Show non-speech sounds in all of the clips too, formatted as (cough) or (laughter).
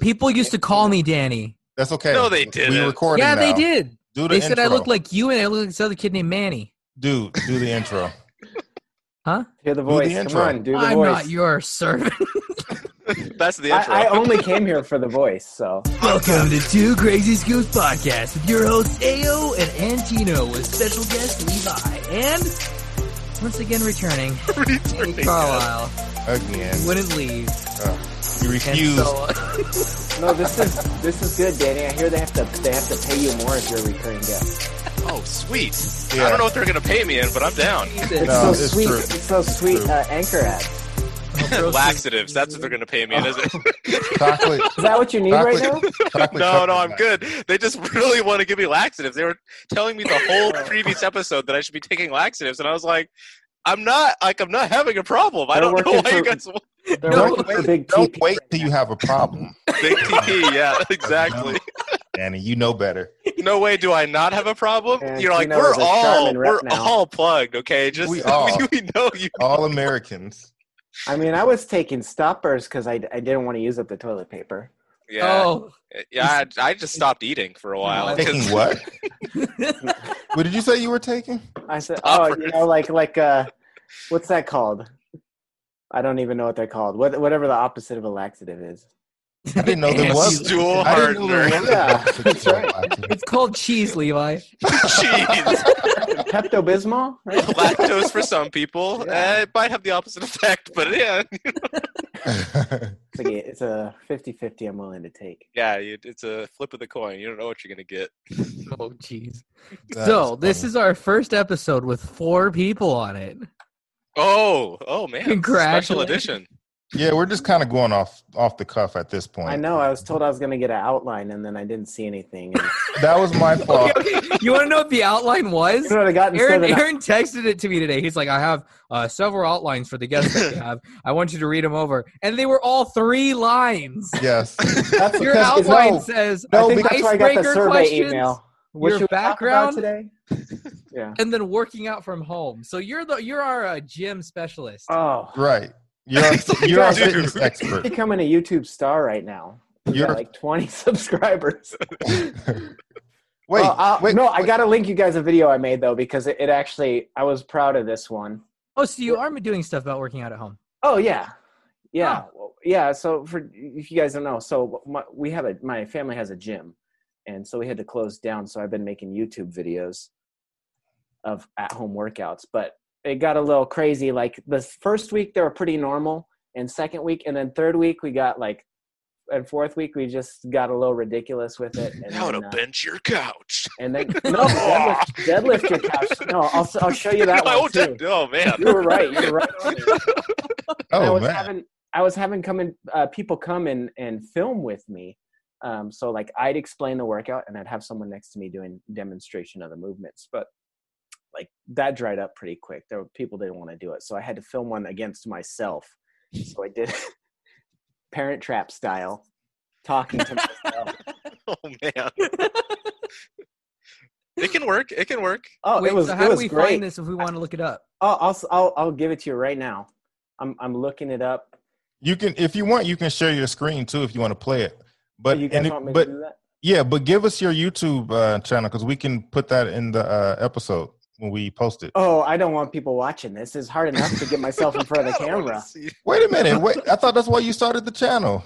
People used to call me Danny. That's okay. No, they We didn't. recording. Yeah, they now. did. Do the They said I intro. look like you, and I look like this other kid named Manny. Dude, do the intro. Hear the the voice. intro. Come on, do the I'm voice. not your servant. That's the intro. I, (laughs) I only came here for the voice, so (laughs) Welcome to Two Crazy Scoops Podcast with your hosts Ao and Antino with special guest Levi and once again returning Returning Oh, Carlisle Again. wouldn't leave. You And refuse. so, (laughs) no, this is this is good, Danny. I hear they have to they have to pay you more if you're a recurring guest. Oh, sweet. uh, Yeah. I don't know what they're going to pay me in, but I'm down. It's No, (laughs) so it's sweet. true. It's so sweet. true. Uh, anchor ad. Laxatives. That's what they're going to pay Oh, me (laughs) in, is it? (laughs) chocolate. Is that what you need right (laughs) now? chocolate- chocolate no, chocolate no, I'm nut. good. They just (laughs) really want to give me laxatives. They were telling me the (laughs) whole previous episode that I should be taking laxatives, and I was like, I'm not. Like, I'm not having a problem. I They're don't know why working you for- guys want (laughs) They're No, working for wait, big Don't TP. wait till you have a problem, big (laughs) TP. Yeah, exactly. Danny. You know better. No way do I not have a problem. Yeah, You're like, Gino we're is a all Charmin rep we're now. all plugged. Okay, just We are. (laughs) we know you. All Americans. I mean, I was taking stoppers because I, I didn't want to use up the toilet paper. Yeah, Oh, (laughs) yeah. I, I just stopped eating for a while. (laughs) Oh. Taking 'cause- Taking what? What did you say you were taking? I said, oh, you Stoppers. know, like like uh, what's that called? I don't even know what they're called. What, whatever the opposite of a laxative is. I didn't know there was. Stool I didn't know there hardener. was. Yeah, that's right. (laughs) it's called cheese, Levi. Jeez. Pepto Bismol, right? Lactose for some people. Yeah. Uh, it might have the opposite effect, but yeah. It's like a- It's a 50-50 I'm willing to take. Yeah, you, it's a flip of the coin. You don't know what you're going to get. Oh, jeez. That So this funny. is our first episode with four people on it. Oh, oh man. Special Congratulations. edition. yeah, we're just kind of going off off the cuff at this point. I know. I was told I was going to get an outline, and then I didn't see anything. And, (laughs) That was (laughs) my fault. You want to know what the outline was? (laughs) you know what I got instead Aaron, of Aaron texted it to me today. He's like, I have uh, several outlines for the guests that (laughs) we have. I want you to read them over. And they were all three (laughs) lines. Yes. that's Your Because- because- outline no, says No, no, I think that's why I got the icebreaker survey questions, email. your What you talk about background. today? Yeah. and then working out from home. So you're the you're our uh, gym specialist. Oh, (laughs) Right. You're a, you're a fitness expert. becoming a YouTube star right now. We You're got like 20 (laughs) subscribers. (laughs) wait, Well, uh, wait. no, I got to link you guys a video I made though because it, it actually I was proud of this one. oh, so you are doing stuff about working out at home. Oh yeah, yeah, Well, yeah. So for if you guys don't know, so my, we have a my family has a gym, and so we had to close down. So I've been making YouTube videos of at home workouts, but it got a little crazy. Like the first week they were pretty normal, and second week, and then third week we got like, and fourth week we just got a little ridiculous with it. (laughs) And How then, to uh, bench your couch. And then no deadlift, deadlift your couch. No, I'll I'll show (laughs) you that oh, one too. that- oh, man. (laughs) (laughs) You were right. You were right. on it. I oh was man. having I was having coming uh, people come and and film with me. Um, so like I'd explain the workout and I'd have someone next to me doing demonstration of the movements, but like that dried up pretty quick. There were people didn't want to do it, so I had to film one against myself. So I did (laughs) Parent Trap style, talking to myself. (laughs) Oh, man. it can work. It can work. Oh, Wait, it was so it how do was we great. find this if we want to look it up? (laughs) I'll, I'll I'll I'll give it to you right now. I'm I'm looking it up. You can, if you want, you can share your screen too if you want to play it. But you guys and it- want me but to do that? yeah, but give us your YouTube uh, channel because we can put that in the uh, episode when we post it. Oh, I don't want people watching this. It's hard enough (laughs) to get myself in front of I the don't wanna camera. see- Wait a minute. (laughs) Wait, I thought that's why you started the channel.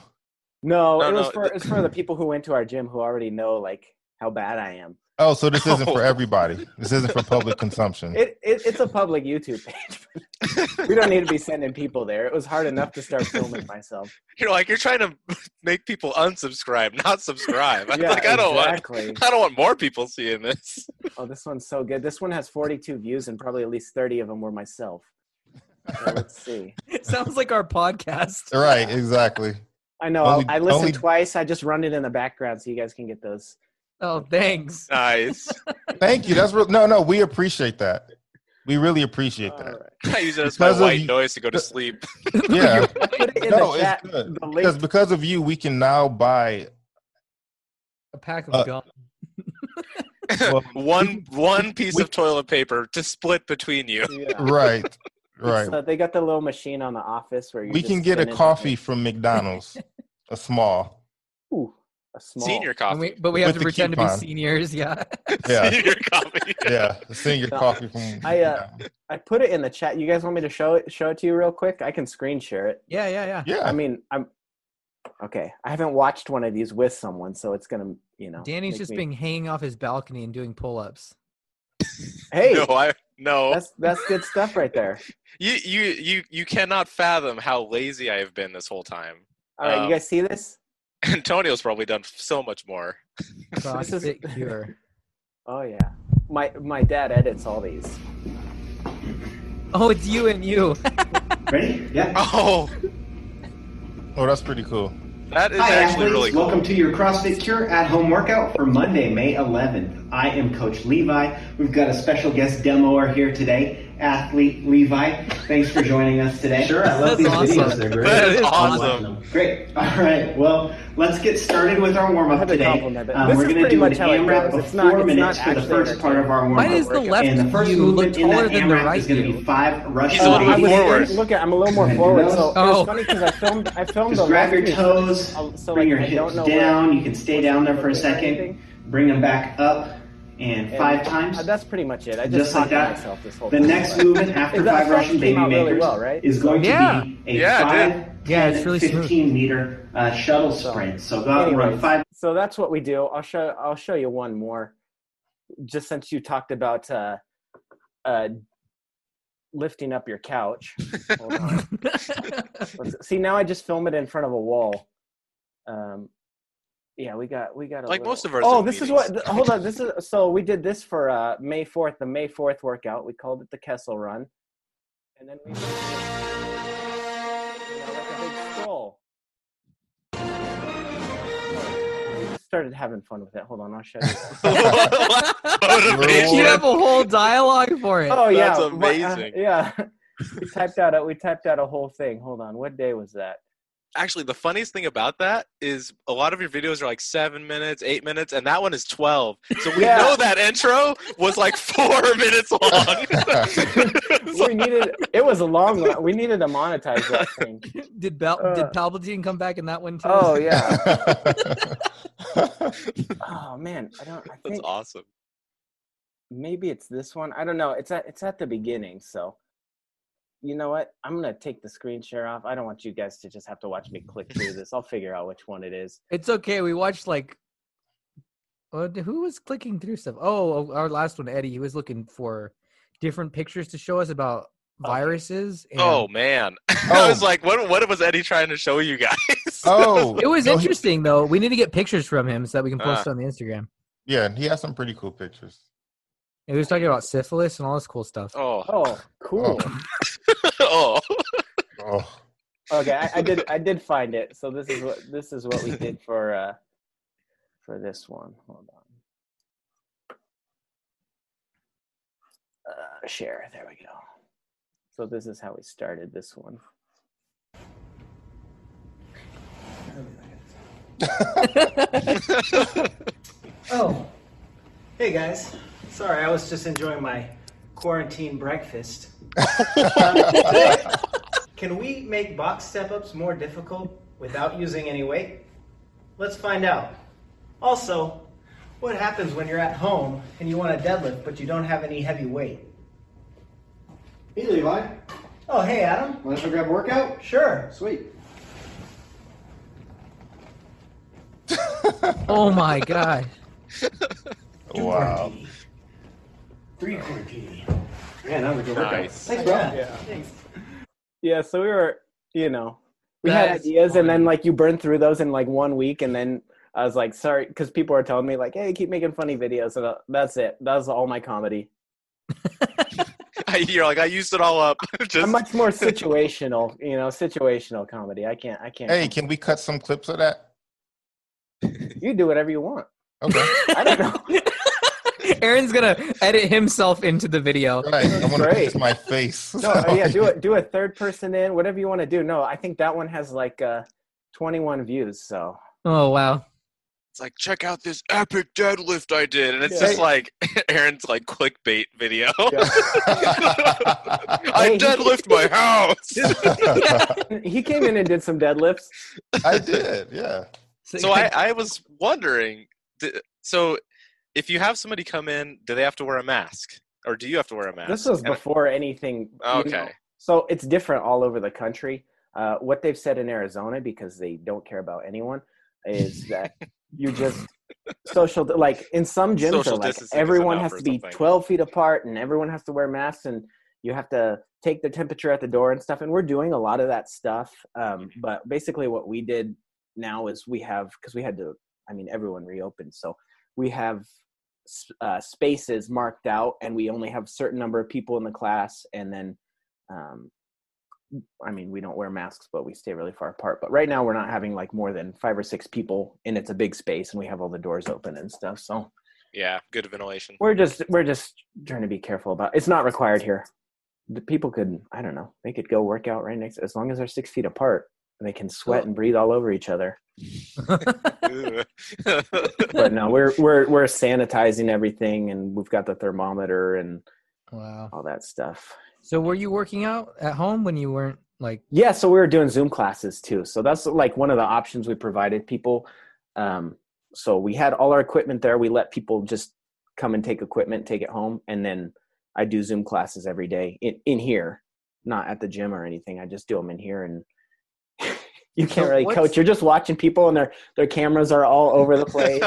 No, No, it was no, for th- it's for the people who went to our gym who already know like how bad I am. Oh, so this isn't for Oh. everybody. This isn't for public Mm. consumption. It, it it's a public YouTube page. (laughs) we don't need to be sending people there. It was hard enough to start filming myself. You're like, you're trying to (laughs) make people unsubscribe, not subscribe. (laughs) I'm (laughs) Yeah, like, I don't want. exactly. I don't want more people seeing this. Oh, this one's so good. This one has 42 views and probably at least 30 of them were myself. (laughs) So let's see. It sounds like our podcast. right. Exactly. I know. Only- I, I listened only- twice. I just run it in the background so you guys can get those. Oh, thanks. Nice. Thank you. That's real. No, no. We appreciate that. We really appreciate All (laughs) that. (laughs) right. I use it as my Because of white you- noise to go to sleep. (laughs) Yeah. Put it in No, the it's chat. good. The Because link. because of you, we can now buy A pack of Uh, gum. well, one one piece we- of toilet paper to split between you. Yeah. (laughs) right, right. So they got the little machine on the office where you we just can get a spin it. coffee from McDonald's, a small. Ooh, a small Senior And we, coffee. but we have uh, With to the pretend to coupon. be seniors. (laughs) Yeah. Yeah. (laughs) Senior coffee. (laughs) yeah, senior No, coffee from. I, uh, I put it in the chat. You guys want me to show it show it to you real quick? I can screen share it. yeah. Yeah. Yeah. yeah, I mean, I'm okay. I haven't watched one of these with someone, so it's gonna, you know. Danny's make just me- been hanging off his balcony and doing pull-ups. (laughs) Hey, No, I no. that's that's good stuff right there. You you you you cannot fathom how lazy I have been this whole time. (laughs) All right, Um, you guys see this? Antonio's probably done so much (laughs) more. CrossFit cure. Oh yeah. My my dad edits all these. Oh, it's you and (laughs) you. Ready? Yeah. Oh, oh, that's pretty cool. that is Hi, actually athletes. really cool. (laughs) Welcome to your CrossFit Cure at Home workout for Monday, May 11th. I am Coach Levi. We've got a special guest demoer here today, athlete Levi. Thanks for joining us today. Sure, I love That's these awesome. videos. They're great. That is I'm awesome. Great. All right. Well, let's get started with our warm I had up to today. um, compliment it. This we're is gonna pretty do much an how it AMRAP goes. of It's not- four it's not minutes for the actually first part of our warm Why up. does the left and the first person look movement in taller that than the AMRAP right is going to dude? be five rush He's a little Uh, I bit pushes. was forward. Look at I'm a little more Anything forward. else? So it Oh. was funny because I filmed I filmed Just the grab your left- toes, I'll- Uh, so, bring like, your I don't hips know where- down. You can stay down there for a second, bring them back up, and and- five times. uh, That's pretty much it. I Just just, talked like to that. myself this whole The time, (laughs) next but- movement after Is that five front came Russian baby out really makers well, right? is going Yeah. to be a Yeah, it did. five, Yeah, 10, it's really smooth. 15 meter uh, shuttle So, sprint. So go out and run anyways. five so that's what we do. I'll show I'll show you one more. Just since you talked about uh, uh, lifting up your couch. Hold on. Let's- See now I just film it in front of a wall. Um, yeah, we got we got a Like little- most of our Oh, Zoom this is meetings. what. th- Hold on, this is so we did this for uh, May fourth, the May fourth workout. We called it the Kessel Run, and then we. You know, like a big scroll. We just started having fun with it. Hold on, (laughs) I'll show you. you Motivation. have a whole dialogue for it. Oh yeah, That's my- uh, amazing. yeah, (laughs) we typed out a, we typed out a whole thing. Hold on, what day was that? Actually, the funniest thing about that is a lot of your videos are like seven minutes, eight minutes, and that one is twelve. So we Yeah. know that intro was like (laughs) four (laughs) minutes long. (laughs) It's We like, needed it was a long one. We needed to monetize that thing. Did Bal- Uh, did Palpatine come back in that one too? (laughs) Oh yeah. yeah. Oh man, I don't. I that's think awesome. maybe it's this one. I don't know. It's at it's at the beginning, so. You know what? I'm gonna take the screen share off. I don't want you guys to just have to watch me click through this. I'll figure out which one it is. (laughs) It's okay. We watched like. Uh, who was clicking through stuff? Oh, our last one, Eddie. He was looking for different pictures to show us about viruses. And Oh man, (laughs) I Oh. was like, what? What was Eddie trying to show you guys? oh, (laughs) it was no, he- interesting though. We need to get pictures from him so that we can post it on the Instagram. yeah, he has some pretty cool pictures. And he was talking about syphilis and all this cool stuff. (laughs) oh, Oh, cool. (laughs) oh, (laughs) Oh, (laughs) okay I, I did i did find it so this is what this is what we did for uh for this one hold on uh share there we go so this is how we started this one Oh, hey guys. Sorry, I was just enjoying my quarantine breakfast. Can we make box step ups more difficult without using any weight? Let's find out. Also, what happens when you're at home and you want to deadlift but you don't have any heavy weight? Hey Levi, Oh, hey Adam. want to grab a workout? Sure. Sweet. Oh my god! wow. Three quarantine. Man, that was a good workout. nice. Thanks, bro. yeah so we were you know we That had is ideas and then like you burn through those in like one week and then i was like sorry because people are telling me like hey keep making funny videos and uh, that's it that's all my comedy (laughs) I, you're like, I used it all up. (laughs) Just i'm much more situational you know situational comedy i can't i can't Hey, can we cut some clips of that? you do whatever you want Okay. (laughs) I don't know. (laughs) Aaron's gonna edit himself into the video. Right. I want to Great. fix my face. No, (laughs) uh, yeah, do it. Do a third person in, whatever you want to do. No, I think that one has like uh, 21 views. So (laughs) Oh wow! it's like, check out this epic deadlift I did, and it's Yeah. just like (laughs) Aaron's like clickbait video. Hey, (laughs) I he- deadlift my house. he came in and did some deadlifts. I did. Yeah. (laughs) (laughs) So I, I was wondering. th- So if you have somebody come in, do they have to wear a mask, or do you have to wear a mask? This was And I- before anything. you Okay. (laughs) know. So it's different all over the country. Uh, what they've said in Arizona, because they don't care about anyone, is that you just social like in some gyms Social are like distancing is everyone enough has or to be something. 12 feet apart and everyone has to wear masks and you have to take their temperature at the door and stuff and we're doing a lot of that stuff um, Mm-hmm. but basically what we did now is we have because we had to i mean everyone reopened so we have s- uh, spaces marked out and we only have a certain number of people in the class and then um, i mean we don't wear masks but we stay really far apart but right now we're not having like more than five or six people and it's a big space and we have all the doors open and stuff so yeah, good ventilation. (laughs) we're just we're just trying to be careful about it's not required here the people could i don't know they could go work out right next as long as they're six feet apart and they can sweat and breathe all over each other Ooh. (laughs) but no we're we're we're sanitizing everything and we've got the thermometer and wow. all that stuff So were you working out at home when you weren't like? Yeah, so we were doing Zoom classes too. So that's like one of the options we provided people. Um, so we had all our equipment there. We let people just come and take equipment, take it home, and then I do Zoom classes every day in, in here, not at the gym or anything. I just do them in here, and (laughs) you can't So really what's- coach. You're just watching people, and their their cameras are all over the (laughs) place.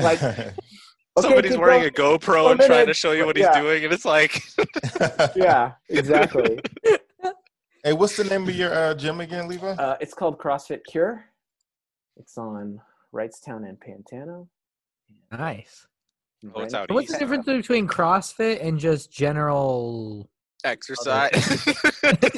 (laughs) like, okay, Somebody's people- wearing a GoPro one and trying minute, to show you what he's yeah. doing, and it's like, Yeah, exactly. (laughs) Hey, what's the name of your uh, gym again, Levi? Uh, it's called CrossFit Cure. It's on Wrightstown and Pantano. Nice. oh, it's Right? out So what's the east. difference between CrossFit and just (laughs) general? (laughs) Exercise,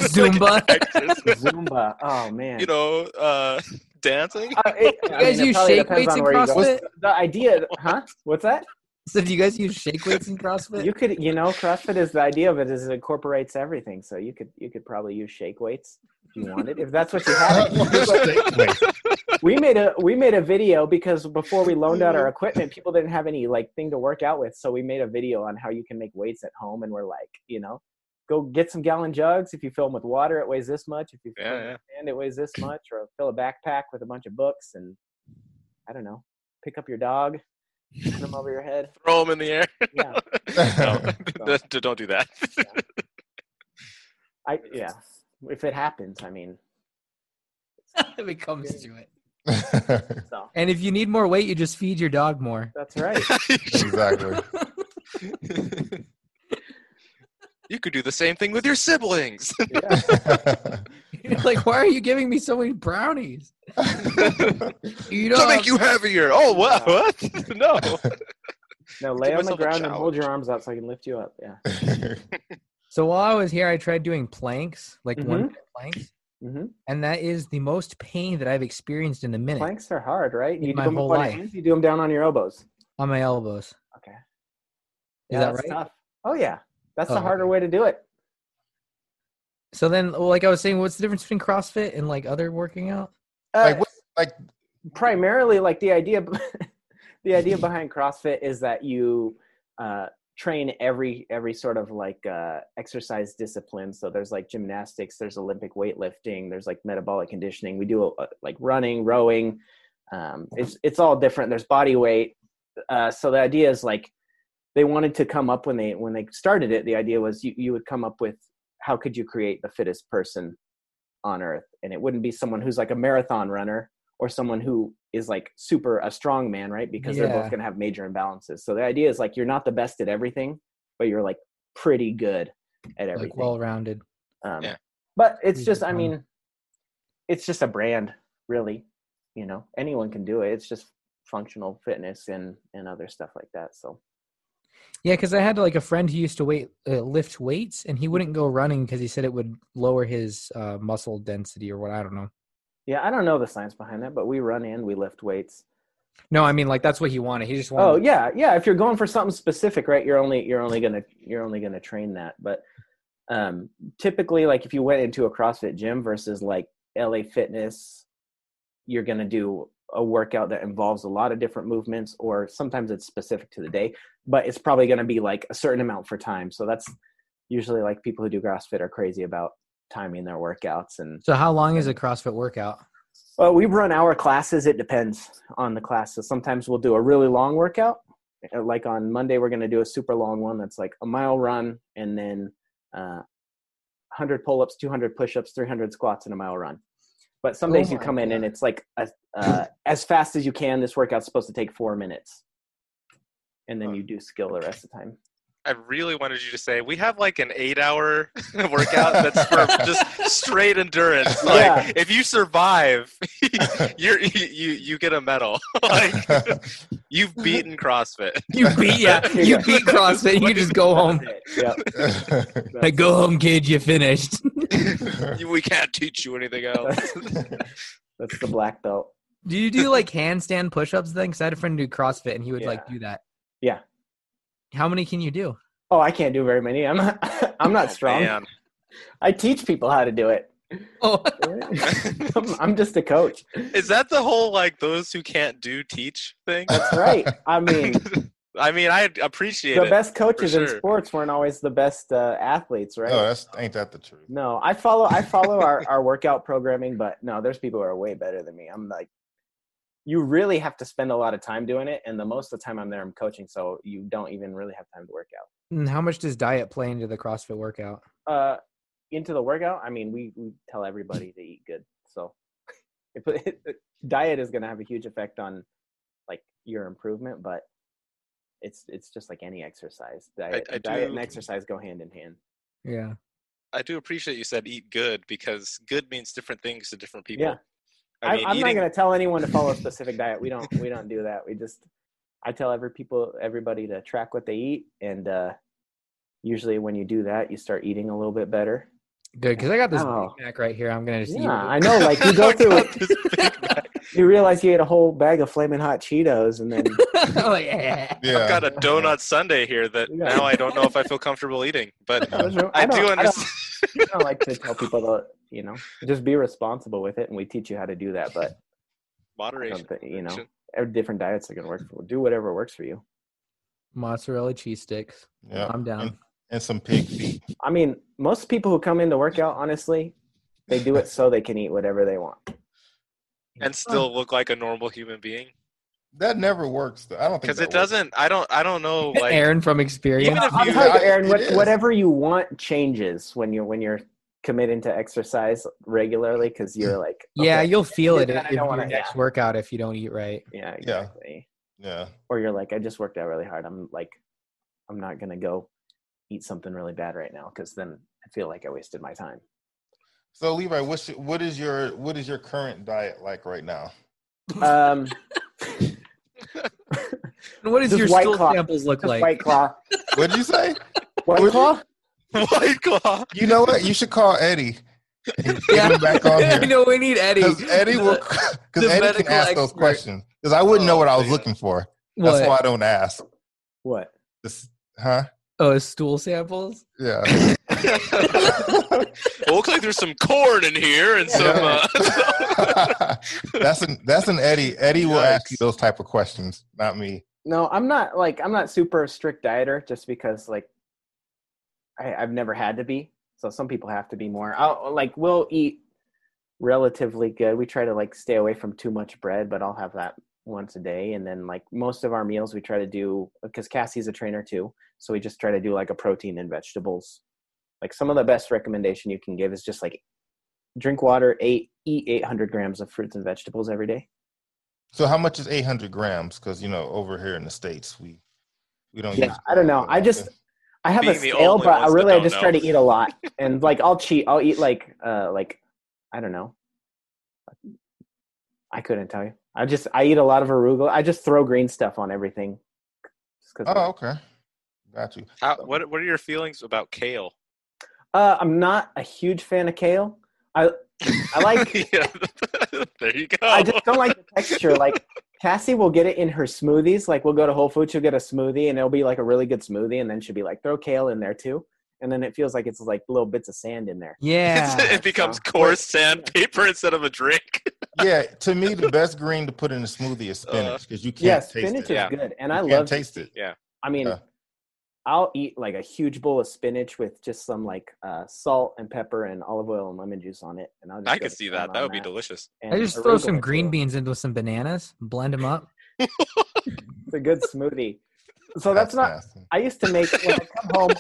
Zumba. (laughs) Exercise. Zumba. Oh man. you know, uh, dancing. Uh, (laughs) it- I guys mean, it use probably shake depends weights on in where you go. CrossFit? The idea, huh? (laughs) What's that? (laughs) So do you guys use shake weights in CrossFit? You could, you know, CrossFit is the idea of it is it incorporates everything. So you could, you could probably use shake weights if you wanted, if that's what you had. (laughs) (laughs) Wait, we made a, we made a video because before we loaned (laughs) out our equipment, people didn't have any like thing to work out with. So we made a video on how you can make weights at home, and we're like, you know, go get some gallon jugs. If you fill them with water, it weighs this much. If you fill Yeah, it yeah. with sand, it weighs this much. Or fill a backpack with a bunch of books, and I don't know, pick up your dog. Put them over your head. Throw them in the (laughs) air. Yeah. (laughs) no, don't do that. (laughs) I yeah. If it happens, I mean. if (laughs) it comes to it. So And if you need more weight, you just feed your dog more. (laughs) (laughs) that's right. (laughs) exactly. you could do the same thing with your (laughs) siblings. (laughs) Yeah. You're like, why are you giving me so many brownies? You to don't make you heavier. Oh, what? Yeah. What? (laughs) no. Now Give lay on the myself a ground and hold your arms out so I can lift you up. Yeah. So while I was here, I tried doing planks, like Mm-hmm. one planks, hmm and that is the most pain that I've experienced in a minute Planks are hard, right? You do my them whole on your life. hands, You do them down on your elbows. on my elbows. Okay. Is Is that right? Tough. Oh yeah, that's Oh, the harder way to do it. So then, well, like I was saying, what's the difference between CrossFit and like other working out? Uh, Like, what- like- primarily like the idea, (laughs) the idea behind CrossFit is that you uh, train every every sort of like uh, exercise discipline. So there's like gymnastics, there's Olympic weightlifting, there's like metabolic conditioning. We do uh, like running, rowing. Um, it's it's all different. There's body weight. Uh, so the idea is like they wanted to come up when they when they started it. The idea was you you would come up with how could you create the fittest person on earth, and it wouldn't be someone who's like a marathon runner or someone who is like super a strong man, right? Because they're Yeah. both going to have major imbalances. So the idea is like you're not the best at everything, but you're like pretty good at everything. Like well-rounded. Um, Yeah. But it's Easy just, I to mean, it's just a brand, really. You know, anyone can do it. It's just functional fitness and and other stuff like that. So Yeah, because I had like a friend who used to weight uh, lift weights, and he wouldn't go running because he said it would lower his uh, muscle density or what. I don't know. yeah, I don't know the science behind that, but we run and we lift weights. No, I mean like that's what he wanted. He just wanted. Oh yeah, yeah. If you're going for something specific, right? You're only you're only gonna you're only gonna train that. But um, typically, like if you went into a CrossFit gym versus like LA Fitness, you're gonna do a workout that involves a lot of different movements, or sometimes it's specific to the day, but it's probably gonna be like a certain amount for time. So that's usually like people who do CrossFit are crazy about timing their workouts and So how long is a CrossFit workout? Well, we run our classes. It depends on the class. So sometimes we'll do a really long workout. Uh, Like on Monday, we're going to do a super long one that's like a mile run and then uh, 100 pull ups, 200 push ups, 300 squats, and a mile run. But some Oh days you my come in and it's like a, uh, as fast as you can. This workout's supposed to take four minutes. And then you do skill the rest of the (laughs) time. I really wanted you to say we have like an eight-hour (laughs) (laughs) workout that's for just straight endurance. Like Yeah. if you survive, (laughs) you're, you you you get a medal. (laughs) like (laughs) (laughs) you've beaten CrossFit. (laughs) You beat yeah, Here (laughs) you you go. beat CrossFit. You can just go (laughs) home. Yeah. (laughs) Like Oh go home, kid. You finished. You- We can't teach you anything else. (laughs) That's the black belt. do you do like handstand push-ups then? Because I had a friend who do CrossFit and he would like Yeah. do that. Yeah. How many can you do? (laughs) Oh, I can't do very many. I'm not, (laughs) I'm (laughs) not strong. Oh, Man. I teach people how to do it. Oh, I'm, (laughs) I'm just a coach. Is that the whole like those who can't do teach thing? That's right. (laughs) I mean, I mean, I appreciate the it. best coaches in sure. sports weren't always the best uh, athletes, right? No, Oh, that's ain't that the truth? no, I follow I follow our, our workout programming, but no, there's people who are way better than me. I'm like, you really have to spend a lot of time doing it, and the most of the time I'm there, I'm coaching, so you don't even really have time to work out. And how much does diet play into the CrossFit workout? uh into the workout i mean we, we tell everybody to eat good so (laughs) if it, diet is going to have a huge effect on like your improvement but it's it's just like any exercise diet, I diet and do- exercise go hand in hand Yeah. I do appreciate you said eat good because good means different things to different people. Yeah. I I mean, I, am not eating- (laughs) going to tell anyone to follow a specific diet we don't we don't do that we just i tell every people everybody to track what they eat and uh usually when you do that you start eating a little bit better Good, because I got this Oh. Big Mac right here. I'm gonna just yeah i eat know like you go I (laughs) through got it this Big (laughs) Mac. you realize you ate a whole bag of flaming hot (laughs) cheetos and then it. (laughs) I'm like, "Eh." I've Yeah, got a donut Sunday here that Yeah. now I don't know if I feel comfortable eating, but (laughs) I, don't- I, do don't- I understand. (laughs) don't- I don't like to tell people to, you know, just be responsible with it, and we teach you how to do that. But I Moderation. don't think, you know, Moderation. every different diets are going to work. For, do whatever works for you. mozzarella cheese sticks. yeah, I'm (laughs) down. and some pig feet. I mean, most people who come in to work out, honestly, they do it so they can eat whatever they want. (laughs) and still look like a normal human being That never works. Though. I don't think because that it works. doesn't. I don't. I don't (laughs) know. Like Aaron from even experience. if I'll you, tell you, I- Aaron, it what, is. whatever you want changes when you're when you're committing to exercise regularly because you're like, Yeah, okay, you'll feel it Yeah, if if I don't your wanna- next yeah. workout if you don't eat right. yeah, exactly. Yeah, Or you're like, I just worked out really hard. I'm like, I'm not going to go eat something really bad right now because then I feel like I wasted my time. So Levi, what's your, what is your what is your current diet like right now? Um, And what does Just your White stool Claw. samples look just like? White (laughs) Claw. What did you say? White Would you- Claw? (laughs) White Claw. You know what? You should call Eddie. Get him back on (laughs) I here know we need Eddie. because Eddie (laughs) will the because Eddie can medical ask those expert. Oh, questions because I wouldn't know what I was looking for. (laughs) That's What? why I don't ask. What? This, huh? Oh, stool samples. (laughs) Yeah. it looks like there's some corn in here and some. Uh, (laughs) (laughs) that's an that's an Eddie. Eddie will ask you Yikes. those type of questions, not me. No, I'm not like I'm not super strict dieter just because like I, I've never had to be. So some people have to be more. I'll like we'll eat relatively good. We try to like stay away from too much bread, but I'll have that once a day. And then like most of our meals we try to do because Cassie's a trainer too. So we just try to do like a protein and vegetables. Like some of the best recommendation you can give is just like drink water, eight eat eight hundred grams of fruits and vegetables every day. So how much is 800 grams? Because you know, over here in the states, we we don't. Yeah, use I don't know. I just- I have a being the scale, only but I ones that really I don't just try know. to eat a lot, and like I'll cheat. I'll eat like uh like I don't know. I couldn't tell you. I just I eat a lot of arugula. I just throw green stuff on everything. Just 'cause- Oh, okay. Got you. how, what What are your feelings about kale? uh, I'm not a huge fan of kale. I I like. (laughs) yeah. there you go. (laughs) I just don't like the texture. Like Cassie will get it in her smoothies. Like we'll go to Whole Foods, she'll get a smoothie, and it'll be like a really good smoothie, and then she'll be like throw kale in there too, and then it feels like it's like little bits of sand in there. Yeah. it becomes so- coarse sandpaper instead of a drink. Yeah, to me, the best green to put in a Uh, smoothie is spinach because you can't yeah, taste spinach it. is Yeah. good, and You I can't love taste it. I mean, Yeah. I'll eat like a huge bowl of spinach with just some like uh, salt and pepper and olive oil and lemon juice on it, and I'll. (laughs) Just I go could to see town that. That on would be (laughs) delicious. and I just throw arugula some green too. beans into some bananas, blend them (laughs) up. It's a good smoothie. So that's not nasty. I used to make when I come home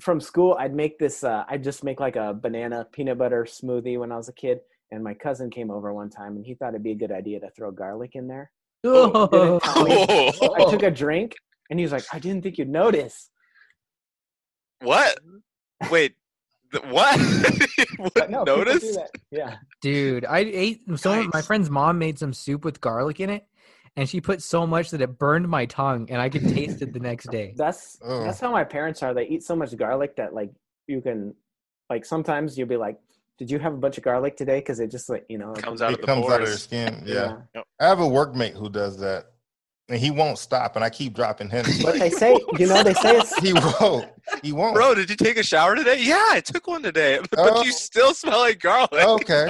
from school, I'd make this. Uh, I'd just make like a banana peanut butter smoothie when I was a kid. And my cousin came over one time, and he thought it'd be a good idea to throw garlic in there. Oh, (laughs) Whoa. I took a drink, and he was like, "I didn't think you'd notice." What? Wait. th- What? (laughs) You (laughs) But Wouldn't no, people do notice? that. Yeah, dude, I ate some. My Yikes. friend's mom made some soup with garlic in it, and she put so much that it burned my tongue, and I could taste it the next (laughs) day. that's Oh. that's how my parents are. They eat so much garlic that like you can, like sometimes you'll be like, "Did you have a bunch of garlic today?" Because it just like you know. Comes out of it the comes out of your pores. skin. Yeah. I have a workmate who does that, and he won't stop, and I keep dropping (laughs) him. But they say, you know, they say (laughs) it's he won't. He won't. Bro, did you take a shower today? Yeah, I took one today. (laughs) But Oh. you still smell like garlic. (laughs) Okay.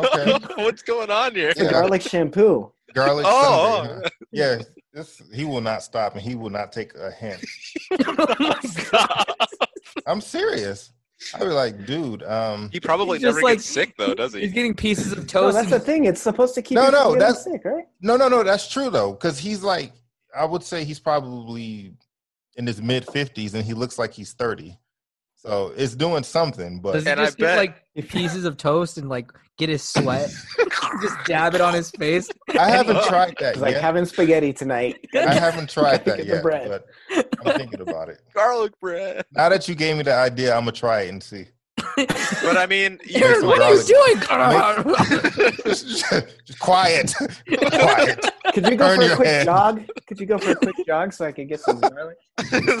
Okay. What's going on here? it's a garlic shampoo. Garlic. Oh, Sunday, huh? yeah. This, he will not stop, and he will not take a hint. (laughs) I'm serious. I'd be like, dude. Um, He probably He's just never like- gets sick though, does He's he? getting pieces of (laughs) No, toast. that's the thing. It's supposed to keep No, you no, from getting that's- sick, right? no, no, no. That's true though, because he's like, I would say he's probably in his mid 50s, and he looks like he's 30. So it's doing something, but Does he And I just get bet- (laughs) like (laughs) pieces of toast and like get his sweat, just dab it on his (laughs) face? I haven't tried that It's like yet. having spaghetti tonight. I (laughs) uh, haven't tried Gotta that get the yet, bread. but I'm thinking about it. garlic bread. Now that you gave me the idea, I'm gonna try it and see. But I mean, (laughs) Make you're some what like, are you garlic. (laughs) doing? Just (laughs) quiet, quiet. Could you go Turn for a your quick head. jog? Could you go for a quick jog so I could get some garlic? (laughs)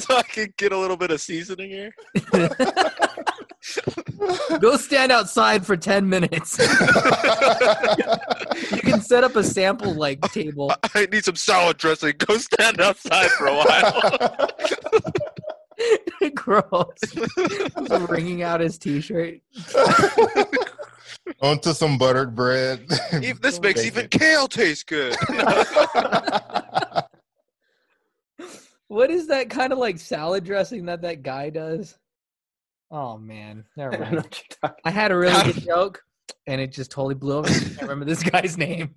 (laughs) so I could get a little bit of seasoning here. (laughs) Go stand outside for ten minutes. (laughs) You can set up a sample like table. I need some salad dressing. Go stand outside (laughs) for a while. (laughs) (laughs) Gross. Just wringing out his t-shirt. Onto some buttered bread. Even- this makes even Bacon. kale taste (laughs) good. What is that kind of like salad dressing that that guy does? Oh man, I never don't (laughs) know mind. what you're talking. I had a really good joke, and it just totally blew up. I can't remember this guy's name.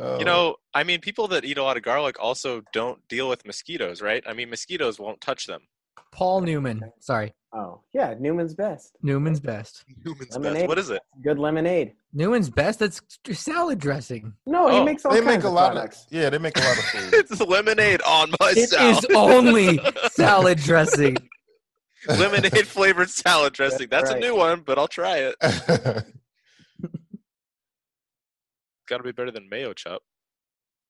Oh, you know, I mean, people that eat a lot of garlic also don't deal with mosquitoes, right? I mean, mosquitoes won't touch them. Paul Newman. Sorry, Oh yeah, Newman's best. Newman's best. Um, Humans Lemonade. What is it? Good lemonade. Newman's best. That's salad dressing. No, he Oh, makes all they kinds make a of lot products. of yeah, they make a lot of (laughs) food. (laughs) It's lemonade on my It salad. is (laughs) only salad dressing. (laughs) (laughs) lemonade flavored salad dressing. That's, a That's right. new one, but I'll try it. It's got to be better than mayo chop.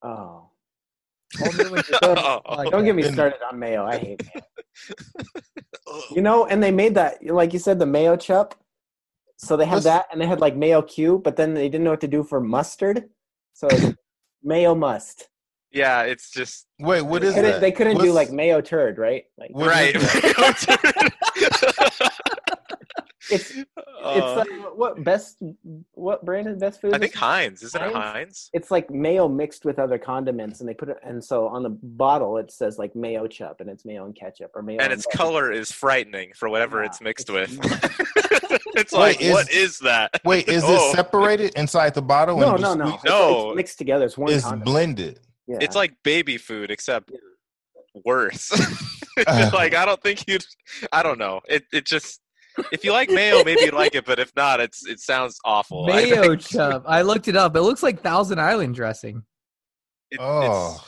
Oh, Paul Newman just- (laughs) like, don't get me Didn't- started on mayo. I hate mayo. You know, and they made that like you said the mayo chup. So they had This- that, and they had like mayo Q, but then they didn't know what to do for mustard. So (laughs) it's mayo must. yeah, it's just Wait, what is Couldn't- that? They couldn't What's- do like mayo turd, right? Like what is right. that? (laughs) it's It's Uh, like what best what brand is best food? I think is? Heinz. Isn't it Heinz? Heinz? it's like mayo mixed with other condiments, and they put it. And so on the bottle, it says like mayo chup, and it's mayo and ketchup or mayo. And its butter. color is frightening for whatever it's Yeah, mixed it's with. (laughs) it's like, is- what is that? Wait, is Oh. it separated inside the bottle? No, and no, just no, It's- No. It's mixed together. It's one It's condiment. blended. yeah. It's like baby food, except worse. (laughs) like I don't think you'd. I don't know. It it just. If you like mayo, maybe you like it, but if not, it's it sounds awful. I think Mayo chub. I looked it up. It looks like Thousand Island dressing. it- Oh,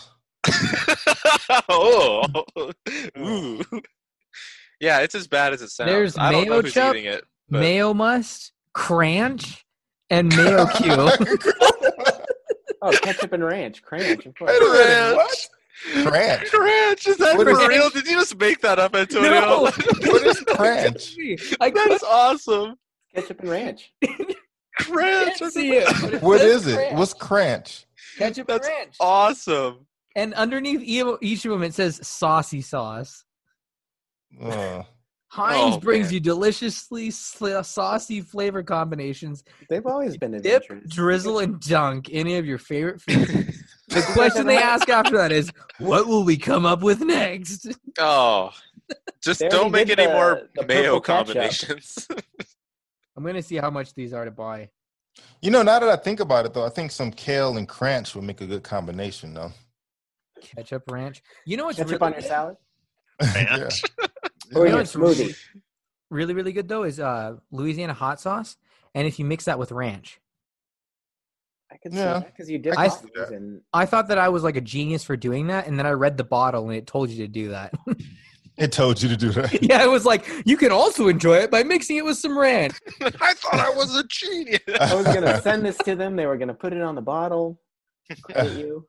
it's- (laughs) oh. Ooh. Yeah, it's as bad as it sounds. There's I don't mayo know who's chop, eating it. But- Mayo must, cranch, and (laughs) mayo cube. oh, ketchup and ranch, ranch, of course. (laughs) Wait a minute, Ranch. Ranch. Ranch. Is that What for is- real? Did you just make that up, Antonio? (laughs) (laughs) No. (laughs) what is cranch? I that can't is awesome. ketchup and ranch. Ranch. see it. but it What says is it? cranch. What's cranch? ketchup and That's ranch? awesome. And underneath e- each of them, it says saucy sauce. Uh, Heinz Oh, brings man. you deliciously sli- saucy flavor combinations. They've always been Dip, (laughs) adventurous. drizzle, and dunk any of your favorite foods. The question they ask after that is, what will we come up with next? Oh, just They already don't make did any the- more the purple mayo ketchup. combinations. I'm gonna see how much these are to buy. You know, now that I think about it, though, I think some kale and crunch would make a good combination, though. (laughs) Ketchup ranch. You know what's Ketchup really on your good? salad You yeah. or in know your what's really- Oh, smoothie. Really, really good though is uh, Louisiana hot sauce, and if you mix that with ranch. I can Yeah. see that because you dip I- coffees and I thought that I was like a genius for doing that, and then I read the bottle and it told you to do that. (laughs) It told you to do that. yeah, it was like you can also enjoy it by mixing it with some ranch. (laughs) I thought I was a genius. I (laughs) was (laughs) gonna send this to them. They were gonna put it on the bottle. (laughs) Credit you.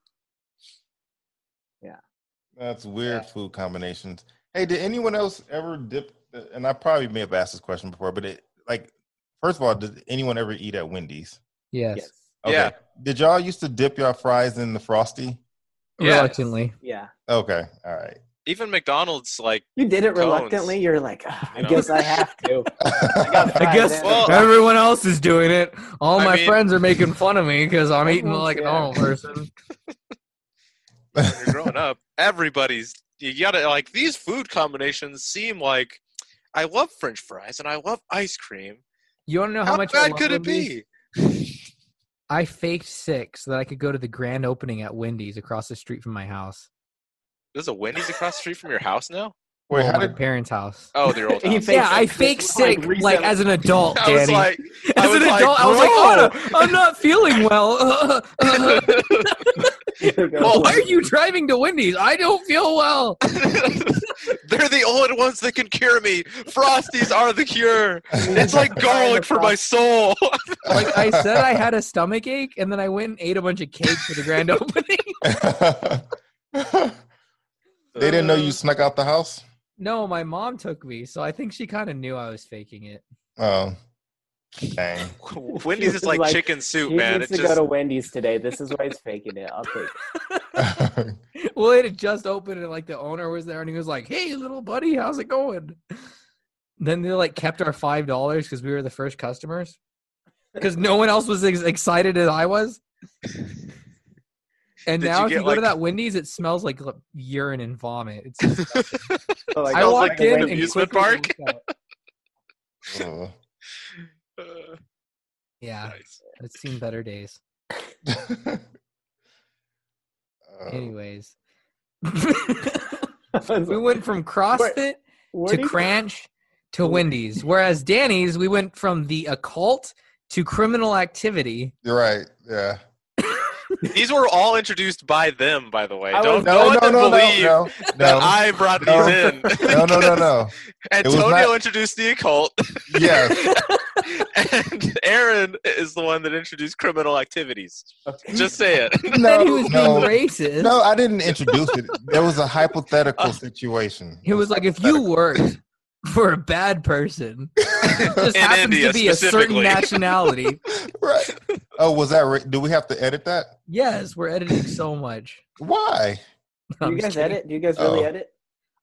That's weird food combinations. Hey, did anyone else ever dip? And I probably may have asked this question before, but it like, first of all, did anyone ever eat at Wendy's? Yes, Yes. Yeah. Did y'all used to dip your fries in the frosty? Yes. reluctantly. Yeah. Okay, all right. (laughs) Even McDonald's, like, You did it Cones. reluctantly. You're like, "Ugh, I You know? guess I have to. I Fried guess in. Well, everyone else is doing it. All I my mean- friends are making fun of me because I'm eating Everyone's- like an yeah. normal person. when you're growing up, everybody's you gotta like these food combinations seem like I love French fries and I love ice cream. You want to know how, How, much I bad love could it Wendy's? be? I faked sick so that I could go to the grand opening at Wendy's across the street from my house. There's a Wendy's across the street from your house now. (laughs) Wait, Well, how my did? parents' house. (laughs) Oh, their old He house. faked yeah, I sick. faked Just, like, sick like, reset it. as an adult, (laughs) I Danny. was like, I as was an like, adult, I was like, oh, no, "Bro." I'm not feeling well. (laughs) Well, Why are you driving to Wendy's? I don't feel well. (laughs) (laughs) They're the only ones that can cure me. Frosties are the cure. It's like garlic for my soul. Like I said, I had a stomach ache, and then I went and ate a bunch of cake for the grand (laughs) opening. (laughs) they didn't know Uh, you snuck out the house. No, my mom took me, so I think she kind of knew I was faking it. Oh, dang. (laughs) (laughs) Wendy's is like, Like, chicken soup, he man. It needs to just go to Wendy's today. This is why he's faking it. I'll take. (laughs) Well, it had just opened, and like the owner was there, and he was like, "Hey, little buddy, how's it going?" Then they like kept our five dollars because we were the first customers, because no one else was as excited as I was. (laughs) And Did you now, if get, you go to like- that Wendy's, it smells like l- urine and vomit. It's, it. So, like, I Smells walked like an in (laughs) and amusement quickly park. walked out. Ugh. Uh, Yeah, nice. it's seen better days. Oh. Anyways, (laughs) we Wendy's. went from CrossFit Where to do you- Cranch to Wendy's, whereas Danny's we went from the occult to criminal activity. You're right. Yeah. These were all introduced by them, by the way. I Don't was- no, one can believe no, (laughs) that no, I brought No. these in. (laughs) no, no, no, (laughs) no. was Antonio not- introduced the occult, (laughs) Yes. and Aaron is the one that introduced criminal activities. Okay. Just say it. (laughs) Then No, he was no, being racist. no, I didn't introduce it. There was a (laughs) hypothetical situation. He (laughs) was like, if you worked for a bad person, (laughs) it just In happens India, to be a certain specifically. nationality. (laughs) right. Oh, was that? Re- do we have to edit that? yes, we're editing so much. Why? No, Do I'm you guys just kidding. edit? Do you guys really Oh. edit?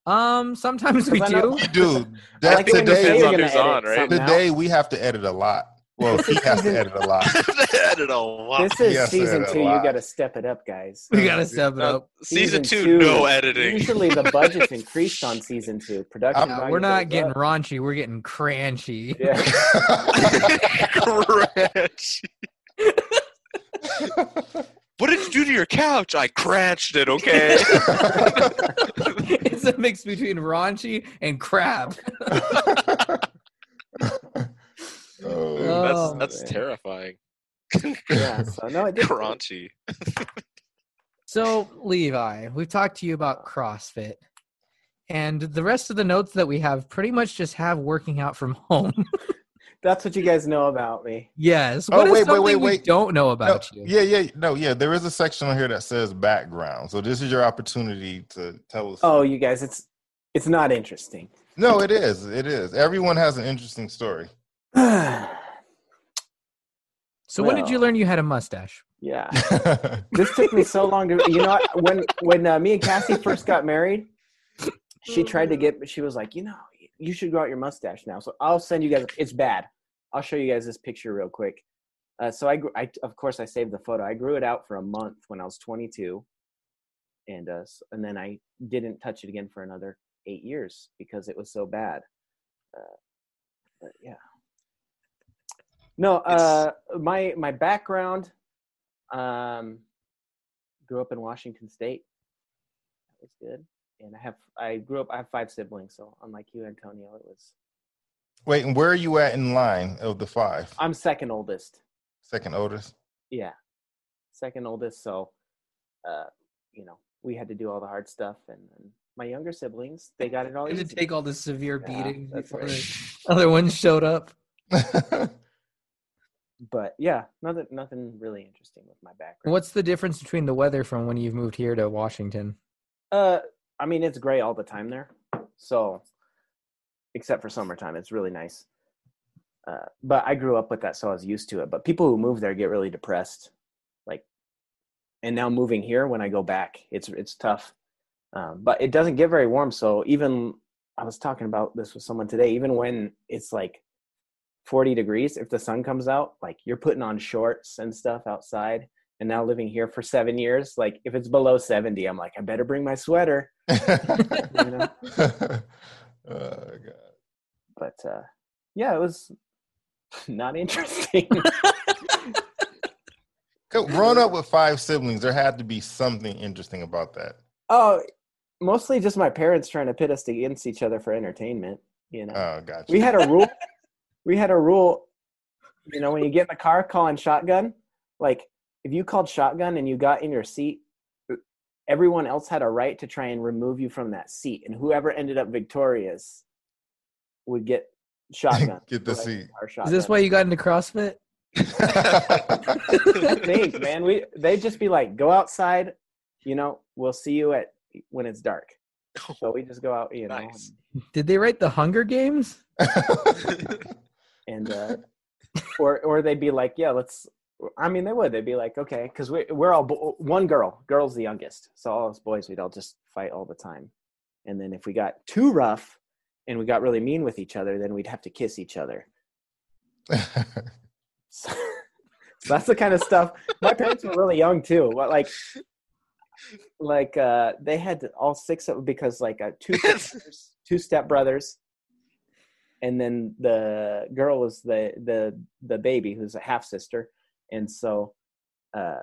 Um, sometimes we Because I know- do. We do. That like it when you say today. depends you're on gonna who's edit on, right? something out. Today we have to edit a lot. Well, he has to edit a lot. (laughs) That is a lot. This is Yes, season edit a two. You lot. got to step it up, guys. We gotta step it Uh, up. season, season two, two. no editing. Usually the budget's increased on season two. Production. Yeah, value we're not goes getting up. raunchy. We're getting cranchy. Yeah. Oh. Cratch. what did you do to your couch? I cratched it. Okay. (laughs) (laughs) it's a mix between raunchy and crap. oh, that's Oh, that's man. terrifying. yeah. So no, it did. Crunchy. So, Levi, we've talked to you about CrossFit. And the rest of the notes that we have pretty much just have working out from (laughs) home. That's what you guys know about me. yes. Oh, What is wait, wait, something wait, we wait. don't know No, about you? yeah, yeah, no, yeah. There is a section on here that says background. So this is your opportunity to tell us. Oh, you guys, it's it's not interesting. (sighs) no, it is. It is. Everyone has an interesting story. (laughs) yeah. So, when did you Well. learn you had a mustache? This took me so long to. You know, what? when when uh, me and Cassie first got married, she tried to get. She was like, you know, you should grow out your mustache now. So I'll send you guys. It's bad. I'll show you guys this picture real quick. Uh, so I, gr- I, of course, I saved the photo. I grew it out for a month when I was 22, and uh, s- and then I didn't touch it again for another eight years because it was so bad. Uh, but yeah. No, uh, my my background. Um, grew up in Washington State. That was good. And I have I grew up. I have five siblings, so unlike you, Antonio, it was Wait, and where are you at in line of the five? I'm second oldest. Second (laughs) oldest. Yeah, second oldest. So, uh, you know, we had to do all the hard stuff, and, and my younger siblings they got it all I (laughs) had easy. to Oh, take all the severe Yeah, beatings that's before right. the (laughs) other ones showed up. (laughs) Oh, but yeah, nothing nothing really interesting with my background. What's the difference between the weather from when you've moved here to Washington? Uh, I mean, it's gray all the time there. So, except for summertime, it's really nice. Uh, but I grew up with that, so I was used to it. But people who move there get really depressed, like, and now moving here, when I go back, it's it's tough. Um, but it doesn't get very warm. So even I was talking about this with someone today. Even when it's like forty degrees, if the sun comes out, like you're putting on shorts and stuff outside and now living here for seven years, like if it's below 70, I'm like, I better bring my sweater. You know? oh, God. but uh, yeah, it was (laughs) not interesting. Co- Growing up with five siblings, there had to be something interesting about that. oh, mostly just my parents trying to pit us against each other for entertainment. You know, Oh, gotcha. we had a rule. we had a rule. You know, when you get in the car calling shotgun, like if you called shotgun and you got in your seat, everyone else had a right to try and remove you from that seat, and whoever ended up victorious would get (laughs) (laughs) shotgun. Get the Like, seat. Our Is shotgun. this why you got into CrossFit? think, man. We they'd just be like, go outside. You know, we'll see you at when (laughs) it's dark. So we just go out, you know, Nice. Did they write the Hunger Games? and uh, or or they'd be like, yeah, let's. I mean, they would. They'd be like, okay, because we we're all bo- one girl. Girl's the youngest, so all us boys, we'd all just fight all the time. And then if we got too rough and we got really mean with each other, then we'd have to kiss each other. So, (laughs) so that's the kind of stuff. My parents were really young too. What like, like uh, they had all six of because like uh, two sisters, two step brothers, and then the girl was the the the baby who's a half sister, and so, uh,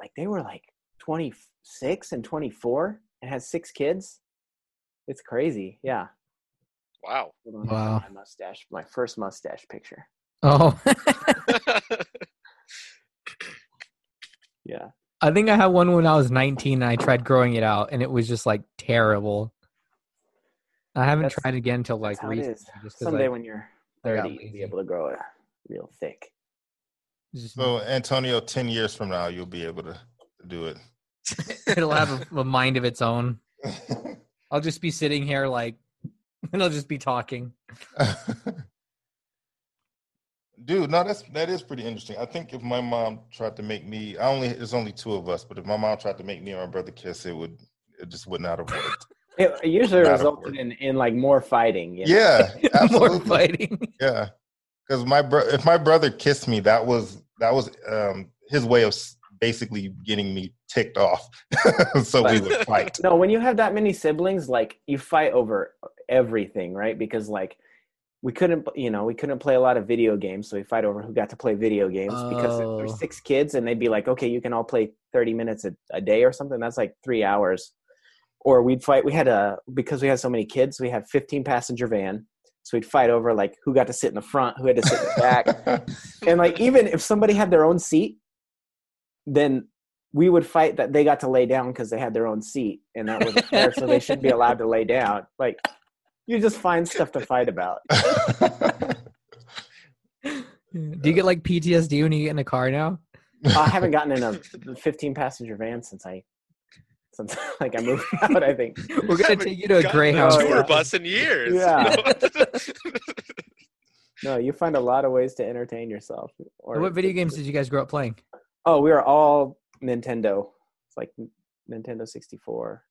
like they were like twenty six and twenty four and had six kids. It's crazy. Yeah. (laughs) Wow. Hold on, I Wow. found My mustache. My first mustache picture. Oh, (laughs) Yeah. I think I had one when I was 19 and I tried growing it out and it was just like terrible. I haven't That's- tried again until like that's how it recently. is. just 'cause, Someday like, when you're I got 30, you'll lazy. be able to grow it real thick. (laughs) just- so, Antonio, 10 years from now, you'll be able to do (laughs) it. (laughs) it'll have a, a mind of its own. I'll just be sitting here like, (laughs) and I'll just be talking. (laughs) Dude, no, that's that is pretty interesting. I think if my mom tried to make me, I only there's only two of us, but if my mom tried to make me and my brother kiss, it would it just would not have worked. It it usually Not a resulted word. in, in like more fighting. you know? yeah, More absolutely. fighting. Yeah, because my bro, if my brother kissed me, that was that was um his way of s- basically getting me ticked off, (laughs) so we would fight. No, when you have that many siblings, like you fight over everything, right? Because like we couldn't, you know, we couldn't play a lot of video games, so we fight over who got to play video games because if Oh. there's six kids and they'd be like, okay, you can all play 30 minutes a, a day or something. That's like three hours. Or we'd fight. We had a because we had so many kids, we had 15 passenger van, so we'd fight over like who got to sit in the front, who had to sit in the back. (laughs) and like even if somebody had their own seat then we would fight that they got to lay down because they had their own seat and that wasn't fair so (laughs) they shouldn't be allowed to lay down like you just find stuff to fight about Do you get like PTSD when you get in a car now? i haven't gotten in a 15 passenger van since i since (laughs) like i moved out i think We're gonna Haven't take you to a gotten Greyhound. Oh, tour yeah. bus in years. Yeah. You no you find a lot of ways to entertain yourself or What video games did you guys grow up playing? oh we were all nintendo it's like nintendo 64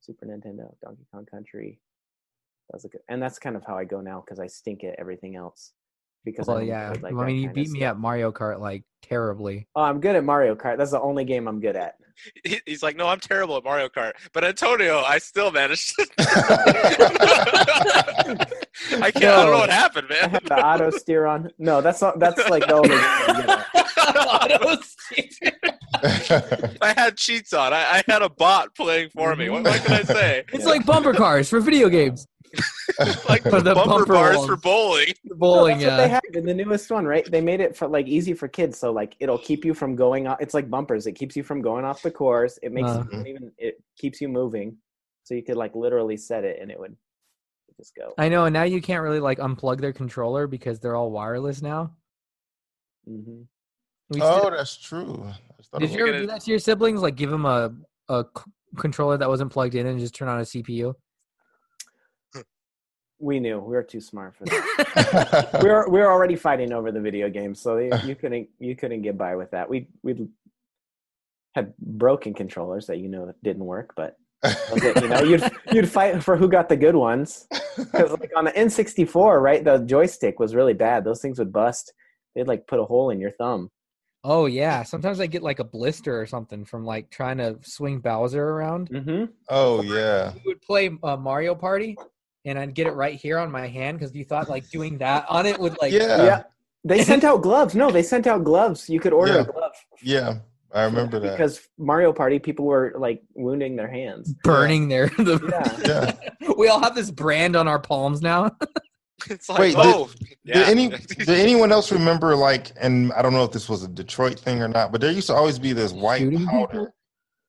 super nintendo donkey kong country that was a good, and that's kind of how i go now because i stink at everything else because Well, only yeah. played, like, I that mean, you kinda beat me stuff. at Mario Kart like terribly. Oh, I'm good at Mario Kart. That's the only game I'm good at. (laughs) He, he's like, no, I'm terrible at Mario Kart, but Antonio, I still managed. to-" (laughs) I can't. I don't know what happened, I man. (laughs) have the auto steer on. No, that's not. That's like the only. Game I'm good at. I had cheats on. I, I had a bot playing for me. What, what can I (laughs) say? It's Yeah. like bumper cars for (laughs) video games. Like (laughs) For the bumper, bumper bars ones. for bowling. (laughs) No, Bowling, uh, that's what they yeah. have in the newest one, right? They made it for like easy for kids, so like it'll keep you from going. off. It's like bumpers. It keeps you from going off the course. It makes you Uh-huh. don't even. It keeps you moving, so you could like literally set it and it would just go. I know, and now you can't really like unplug their controller because they're all wireless now. Mhm. We oh, still- that's true. I thought did it you ever gonna- do that to your siblings? Like give them a a c- controller that wasn't plugged in and just turn on a CPU? We knew we were too smart for that. was- we were we were already fighting over the video game, so you, you couldn't you couldn't get by with that. We we had broken controllers that you know didn't work, but that was it, you know you'd you'd fight for who got the good ones. (laughs) Because like on the N64, right, the joystick was really bad. Those things would bust. They'd like put a hole in your thumb. Oh yeah, sometimes I get like a blister or something from like trying to swing Bowser around. Mm-hmm. oh yeah. We would play uh, Mario Party, and I'd get it right here on my hand because you thought like doing that on it would like yeah. yeah. They sent out gloves. No, they sent out gloves. You could order Yeah. a glove. Yeah. I remember that. Because Mario Party, people were like wounding their hands. burning (laughs) there. Yeah. (laughs) yeah. we all have this brand on our palms (laughs) now. It's like, Wait, did- oh, yeah. (laughs) Did (laughs) any did anyone else remember like and I don't know if this was a Detroit thing or not, but there used to always be this white Shooting powder.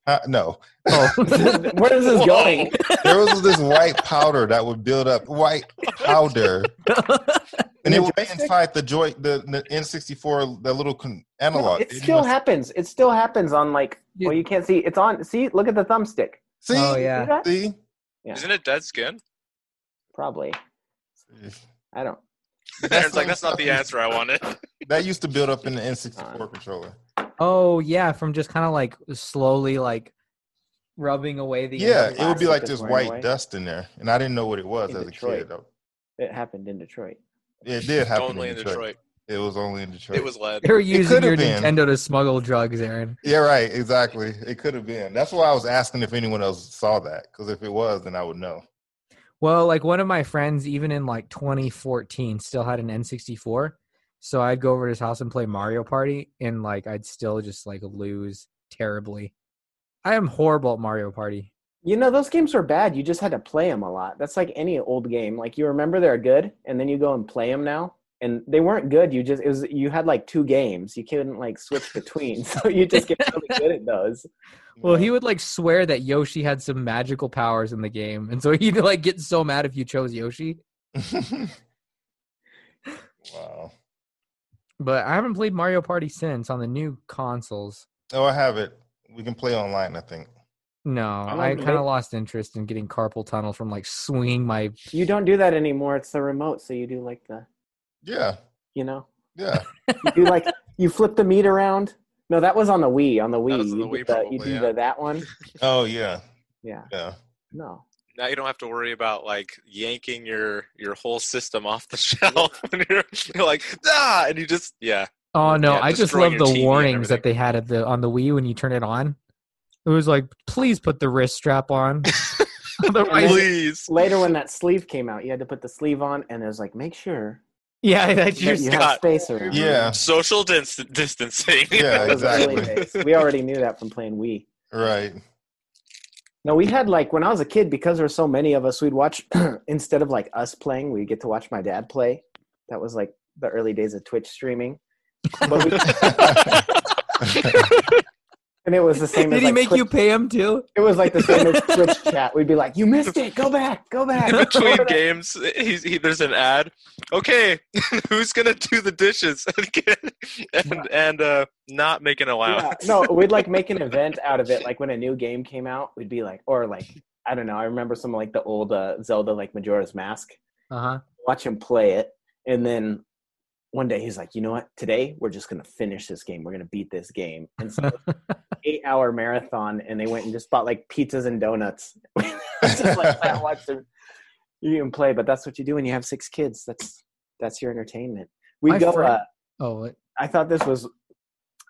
Uh, no, Oh. Where is this Whoa. going? there was this white powder that would build up white powder, and it would be inside the joy the, the N64 the little con- No, analog. it still happens. It still happens on like. Yeah. Well, you can't see. It's on. See, look at the thumbstick. see, (laughs) Oh, See yeah. that? see, Yeah. Isn't it dead skin? Probably. I don't. Aaron's like, that's not the answer I wanted. (laughs) that used to build up in the N64 controller. oh yeah, from just kind of like slowly like rubbing away the Yeah, end. it would be plastic like that's this wearing white away. dust in there, and I didn't know what it was In as a Detroit. kid. though. It happened in Detroit. It did happen Only in Detroit. It was only in Detroit. It was lead. they were using could've your been. Nintendo to smuggle drugs, Aaron. Yeah, right. Exactly. It could have been. That's why I was asking if anyone else saw that. Because if it was, then I would know. Well, like one of my friends, even in like 2014, still had an N64. So I'd go over to his house and play Mario Party, and like I'd still just like lose terribly. I am horrible at Mario Party. You know, those games were bad. You just had to play them a lot. That's like any old game. Like you remember they're good, and then you go and play them now, and they weren't good. You just it was you had like two games. You couldn't like switch between, (laughs) so you just get really good at those. Well, he would like swear that Yoshi had some magical powers in the game, and so (laughs) he'd like get so mad if you chose Yoshi. (laughs) wow. But I haven't played Mario Party since on the new consoles. Oh, I have it. We can play online, I think. No, like I the kind of way- lost interest in getting carpal tunnel from like swinging my. You don't do that anymore. It's the remote, so you do like the Yeah. you know (laughs) Yeah. you do like you flip the meat around. No, that was on the Wii. On the Wii, was on the you do Wii the, probably, you do yeah. the, (laughs) that one. Oh, yeah. Yeah, Yeah. no. Now you don't have to worry about like yanking your your whole system off the (laughs) shelf. and you're, you're like, ah, and you just yeah. Oh no! Yeah, I just destroying love your TV the and warnings that everything. they had at the on the Wii when you turn it on. It was like, please put the wrist strap (laughs) on. Otherwise- Please. Later, when that sleeve came out, you had to put the sleeve on, and it was like, make sure yeah, that that you you Scott. have space around. Yeah. Social dis- distancing. Yeah, (laughs) That was the early exactly. days. We already knew that from playing Wii. (laughs) Right. (laughs) No, we had like when I was a kid, because there were so many of us, we'd watch (clears throat) instead of like us playing, we get to watch my dad play. That was like the early days of Twitch streaming, (laughs) But we- and it was the same. Did as, he like, make Twitch- you pay him too? It was like the (laughs) same as Twitch chat. We'd be like, "You missed it. Go back. Go (laughs) back." In between Go back." games, he's, he, there's an ad. Okay, (laughs) who's gonna do the dishes (laughs) and and uh, not make an Yeah, allowance? (laughs) no, we'd like make (laughs) an event out of it. Like when a new game came out, we'd be like, or like I don't know. I remember some like the old uh, Zelda, like Majora's Mask. Uh Uh-huh. huh. watch him play it and then one day he's like you know what today we're just gonna finish this game we're gonna beat this game and (laughs) so eight hour marathon and they went and just bought like pizzas and donuts (laughs) (laughs) just like that watch them you can play but that's what you do when you have six kids that's that's your entertainment We My go. friend- Uh, Oh, what? I thought this was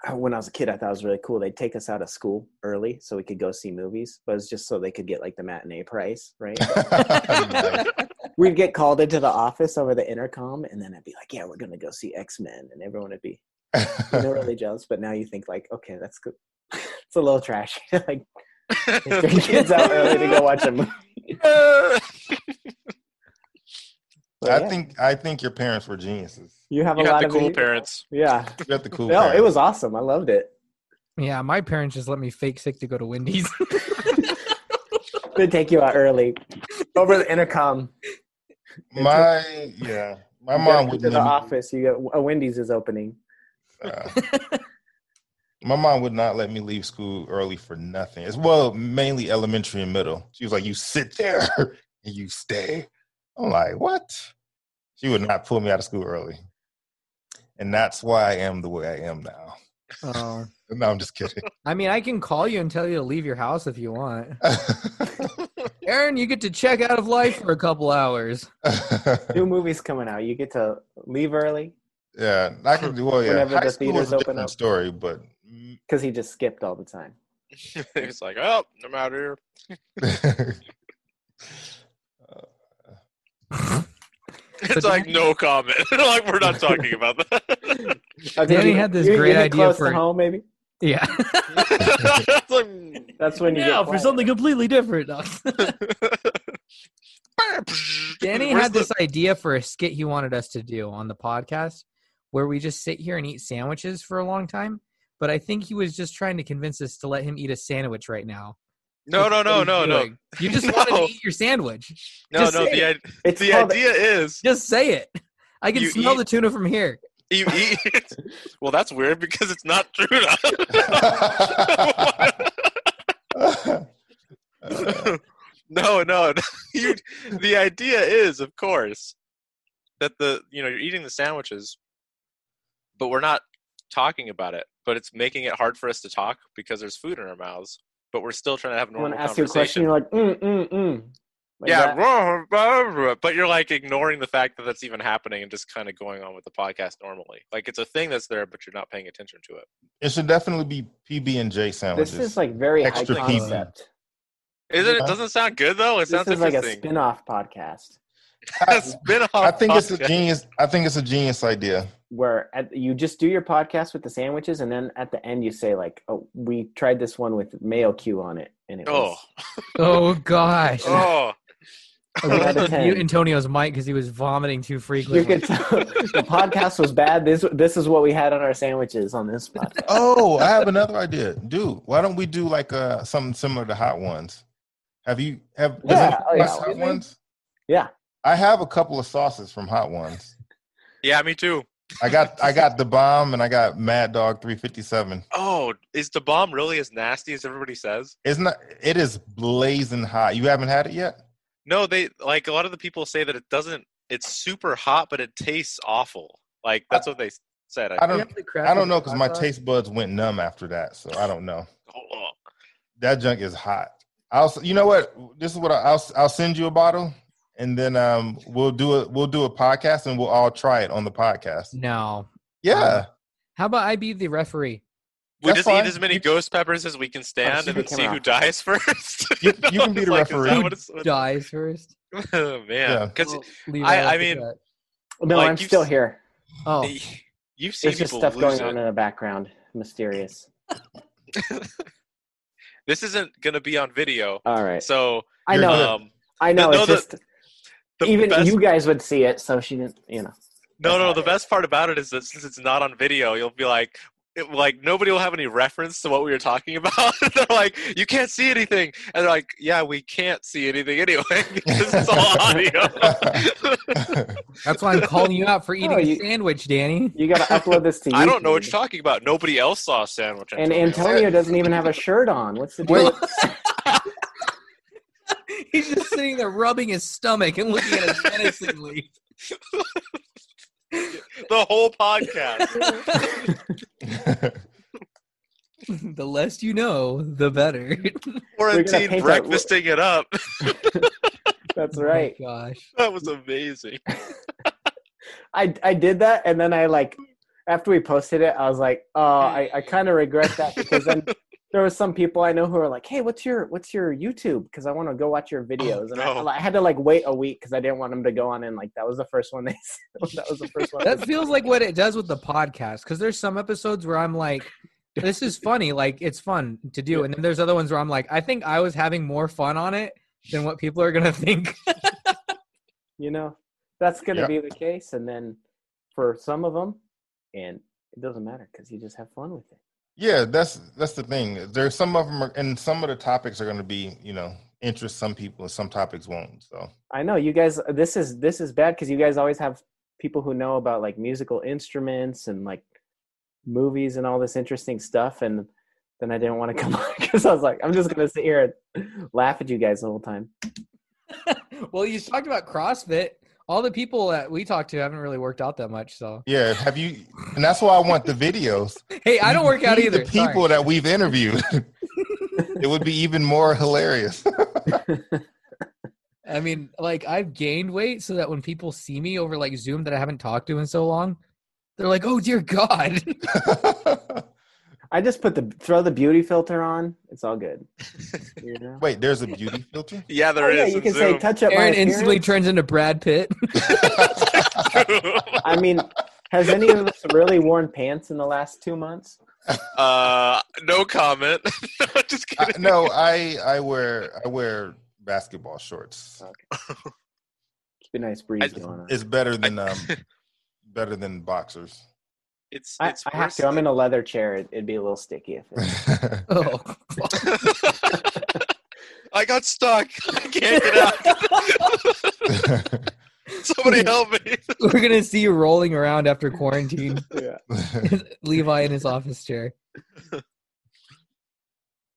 uh, when I was a kid. I thought it was really cool. They'd take us out of school early so we could go see movies, but it's just so they could get like the matinee price, right? Nice. We'd get called into the office over the intercom, and then I'd be like, "Yeah, we're gonna go see X Men," and everyone would be you know, really jealous. But now you think like, okay, that's good. (laughs) it's a little trashy. (laughs) like take your kids out early to (laughs) go watch a movie. But I yeah, think I think your parents were geniuses. you have you a got lot the of cool these- parents. (laughs) Yeah. You got the cool. No, it parents. was awesome. I loved it. Yeah, my parents just let me fake sick to go to (laughs) Wendy's. (laughs) They take you out early over the intercom. my yeah. My You gotta mom go wouldn't to the let me- office. You got a Wendy's is opening. Uh, my mom would not let me leave school early for nothing. As well, mainly elementary and middle. She was like, "You sit there (laughs) and you stay." I'm like, "What?" She would not pull me out of school early, and that's why I am the way I am now. oh. No, I'm just kidding. (laughs) I mean, I can call you and tell you to leave your house if you want. Aaron, you get to check out of life for a couple hours. New movies coming out. You get to leave early yeah, I could. Well, yeah, Whenever high the school was theaters a open different up. story, but (laughs) mm, because he just skipped all the time. it's like, oh, I'm out here. It's So like no comment. (laughs) like we're not talking about that. (laughs) Oh, Danny you- had this you- you great get idea close for- to home. Maybe Yeah. It's like, (laughs) mm. that's when you get yeah, for quiet. something completely different. (laughs) Danny Where's had the- this idea for a skit he wanted us to do on the podcast where we just sit here and eat sandwiches for a long time. But I think he was just trying to convince us to let him eat a sandwich right now. No, no, That's what no, no, he's no, doing. You (laughs) just wanted No. to eat your sandwich. no, Just no. say The, i- It's the called- idea (laughs) is Just say it. I can You smell eat- the tuna from here. you eat. (laughs) well, that's weird because it's not true. (laughs) (laughs) no, no. (laughs) no. You, the idea is, of course, that the you know you're eating the sandwiches, but we're not talking about it. But it's making it hard for us to talk because there's food in our mouths. But we're still trying to have Someone normal asks you a question. conversation. You're like, mm, mm, mm. Like yeah, that. blah, blah, blah, but you're like ignoring the fact that that's even happening and just kind of going on with the podcast normally. Like it's a thing that's there, but you're not paying attention to it. it should definitely be PB and J sandwiches. This is like very high Extra heat. concept. Isn't it? Yeah. Doesn't it sound good though. It This sounds is like a interesting. spin-off podcast (laughs) (laughs) spin I think it's a genius. I think it's a genius idea. where at, you just do your podcast with the sandwiches, and then at the end you say like, "Oh, we tried this one with mayo Q on it, and it Oh, was Oh, gosh. oh. I wish I (laughs) Out of could mute 10. Antonio's mic because he was vomiting too You frequently. could tell the podcast was bad. This this is what we had on our sandwiches on (laughs) this podcast. Oh, I have another idea, dude. Why don't we do like uh something similar to Hot Ones? Have you have does Yeah, anyone oh, yeah. like Hot Ones? Yeah. I have a couple of sauces from Hot Ones. yeah, me too. I got I got the bomb and I got Mad Dog 357. Oh, is the bomb really as nasty as everybody says? It's not it is blazing hot. You haven't had it yet? No, they like a lot of the people say that it doesn't. It's super hot, but it tastes awful. Like that's what they said. I, I don't I don't know because my taste buds went numb after that, so I don't know. oh, That junk is hot. I'll s- you know what? This is what I, I'll s- I'll send you a bottle, and then um we'll do it. We'll do a podcast, and we'll all try it on the podcast. No. Yeah, (laughs) How about I be the referee? we That's just fine. eat as many ghost peppers as we can stand, she and then became see a- who dies (laughs) first. You- you can be It's the (laughs) like, is referee. that what it's- Dies first. (laughs) oh, man, Yeah. because Leave I- it I up to mean- that. No, Like, I'm you've still s- here. oh, (laughs) you've seen There's just people stuff lose going it. on in the background, mysterious. This isn't going to be on video, All right, so I you're know, good. um, I know. no, it's the- just the even best you guys would see it, so she didn't. You know, No, no. That's not The it. best part about it is that since it's not on video, you'll be like, it, like nobody will have any reference to what we were talking (laughs) about. they're like, you can't see anything, and they're like, yeah, we can't see anything anyway (laughs) because it's (laughs) all audio. that's why I'm calling you out (laughs) for eating Oh, you- a sandwich, Danny. (laughs) (laughs) you got to upload this to. YouTube. I don't know what you're talking about. Nobody else saw a sandwich. And Antonio doesn't even have a shirt on. What's the deal? wait, He's just sitting there rubbing his stomach and looking at (laughs) us (laughs) menacingly. (laughs) the whole (laughs) podcast. the less you know, the better. (laughs) Quarantine paint that- breakfasting it up. (laughs) (laughs) That's Oh my right. gosh. that was amazing. I I did that, and then I like after we posted it, I was like, oh, I, I kind of regret that (laughs) because then there were some people I know who are like, hey, what's your what's your YouTube? Because I want to go watch your videos, and Oh, no. I, I had to like wait a week because I didn't want them to go on and like that was the first one they (laughs) that was the first one. That feels like what it does with the podcast because there's some episodes where I'm like, this (laughs) is funny, like it's fun to do, and then there's other ones where I'm like, I think I was having more fun on it than what people are gonna (laughs) think. you know that's going to Yeah. be the case and then for some of them and it doesn't matter because you just have fun with it Yeah, that's that's the thing. There's some of them, are, and some of the topics are going to be, you know, interest some people, and some topics won't. So i know you guys this is this is bad because you guys always have people who know about like musical instruments and like movies and all this interesting stuff and then i didn't want to come (laughs) on because i was like i'm just going to sit here and laugh at you guys the whole time well, you talked about CrossFit. All the people that we talked to haven't really worked out that much. So, yeah, have you? And that's why I want the videos. hey, (laughs) I don't You work out see either. The sorry. people that we've interviewed, (laughs) it would be even more hilarious. (laughs) I mean, like I've gained weight so that when people see me over like Zoom that I haven't talked to in so long, they're like, "Oh dear (laughs) God!" i just put the throw the beauty filter on it's (laughs) all good you know Wait, there's a beauty filter. Yeah, there Oh, is. yeah, you in can say Zoom. touch up my Aaron instantly appearance." turns into Brad Pitt. (laughs) I mean, has any of us really worn pants in the last two months? (laughs) uh, no comment. (laughs) Just Uh, I, kidding. no, I I wear I wear basketball shorts. Keep a nice breeze I- going on. It's better than (laughs) um better than boxers. It's, I, it's I have worse to. I'm than- in a leather chair. It, it'd be a little sticky. If it, oh, (laughs) I got stuck. (laughs) I can't get out. (laughs) Somebody help me. (laughs) we're gonna see you rolling around after quarantine, (laughs) yeah. Levi in his office chair.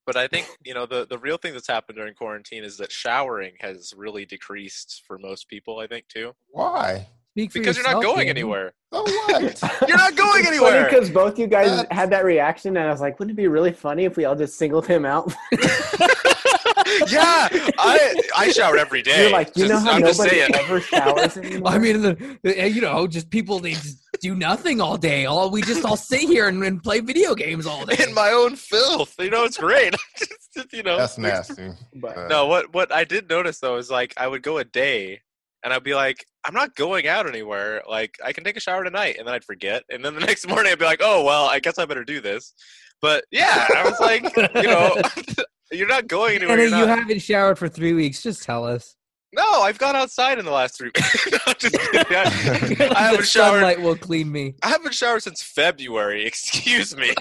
But I think you know the the real thing that's happened during quarantine is that showering has really decreased for most people. I think too Why? Speak for because you're not yourself, going Andy. (laughs) anywhere. So (laughs) what? You're not going anywhere. Because both you guys That's- had that reaction, and I was like, wouldn't it be really funny if we all just singled him out? (laughs) yeah, I I (laughs) shower every day. You're like, you Just- know how I'm just nobody saying. (laughs) (laughs) ever showers (laughs) anymore. (laughs) I mean, the, the- you know, just people they just do nothing all day. All we just all sit here and, and play video games all day. (laughs) in my own filth. You know, it's great. (laughs) Just- just, you know, That's (laughs) nasty. But- Uh, No, what what I did notice though is like I would go a day and I'd be like, I'm not going out anywhere. Like I can take a shower tonight, and then I'd forget, and then the (laughs) next morning I'd be like, oh well, I guess I better do this. But yeah, I was like, you know, (laughs) you're not going anywhere. Anna, you're you not- haven't showered for three weeks. Just tell us. no, I've gone outside in the last three. (laughs) No, I'm just kidding. (laughs) I, I The haven't showered. Sunlight will clean me. I haven't showered since February. (laughs) Excuse me,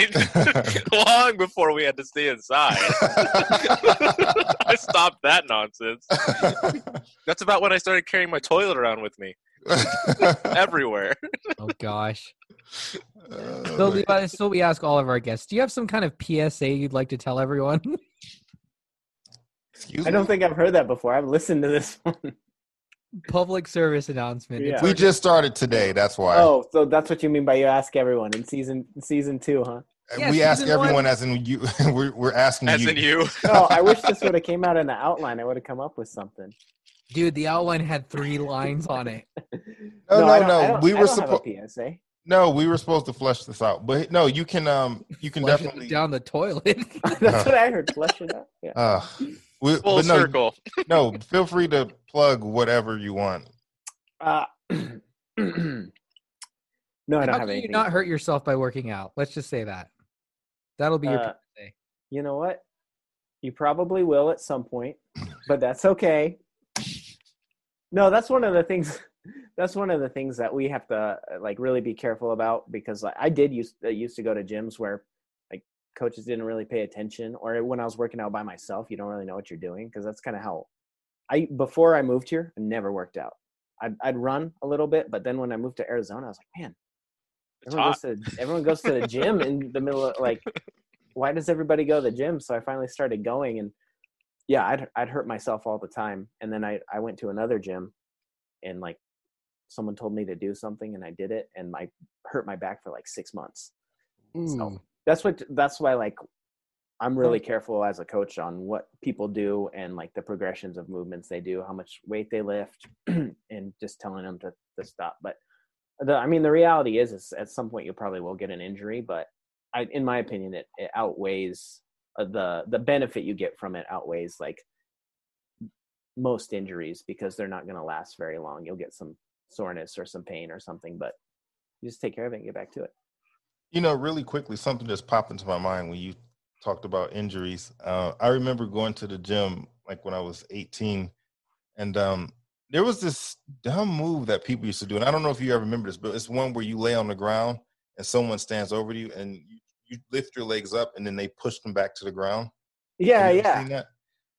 long before we had to stay inside. (laughs) I stopped that nonsense. That's about when I started carrying my toilet around with me everywhere. (laughs) Oh gosh. (laughs) So, (laughs) Oh, my- Levi, this is what we ask all of our guests. Do you have some kind of PSA you'd like to tell everyone? (laughs) Excuse I me. don't think I've heard that before. I've listened to this (laughs) one. Public service announcement. It's- We just started today. That's why Oh, so that's what you mean by you ask everyone in season season two, huh? yeah, we ask season one. everyone as in you. (laughs) we're, we're asking As you. in you. No, Oh, I wish this would have came out in the outline. I would have come up with something. Dude, the outline had three lines on (laughs) it. No, no, I no. don't- I don't- we I were don't have a supposed. PSA. No, we were supposed to flush this out, but no, you can. Um, you can Flush it definitely. down the toilet. (laughs) (laughs) Uh-huh. That's what I heard. Flush it up. Yeah. Uh, we, Full but no, circle. no, feel free to plug whatever you want. Uh, (clears throat) no, How I don't have can you anything. not hurt yourself by working out? Let's just say that. That'll be your Uh, PSA. you know what? You probably will at some point, but that's okay. No, that's one of the things. (laughs) That's one of the things that we have to uh, like really be careful about because like I did used uh, used to go to gyms where like coaches didn't really pay attention, or when I was working out by myself, you don't really know what you're doing because that's kind of how I before I moved here, I never worked out. I'd, I'd run a little bit, but then when I moved to Arizona, I was like, man, It's everyone hot. goes, to, everyone goes to the gym in the middle of like why does everybody go to the gym so i finally started going and yeah i'd, I'd hurt myself all the time and then I, I went to another gym and like someone told me to do something and i did it and i hurt my back for like six months so that's what that's why like i'm really careful as a coach on what people do and like the progressions (clears throat) of movements they do how much weight they lift and just telling them to, to stop but The, I mean, the reality is, is at some point you probably will get an injury, but I, in my opinion, it, it outweighs uh, the the benefit you get from it outweighs like most injuries because they're not going to last very long. You'll get some soreness or some pain or something, but you just take care of it and get back to it. You know, really quickly, something just popped into my mind when you talked about injuries. Uh, I remember going to the gym like when I was 18, and um, there was this dumb move that people used to do, and I don't know if you ever remember this, but it's one where you lay on the ground and someone stands over you, and you, you lift your legs up, and then they push them back to the ground. Yeah, Have you ever yeah. seen that?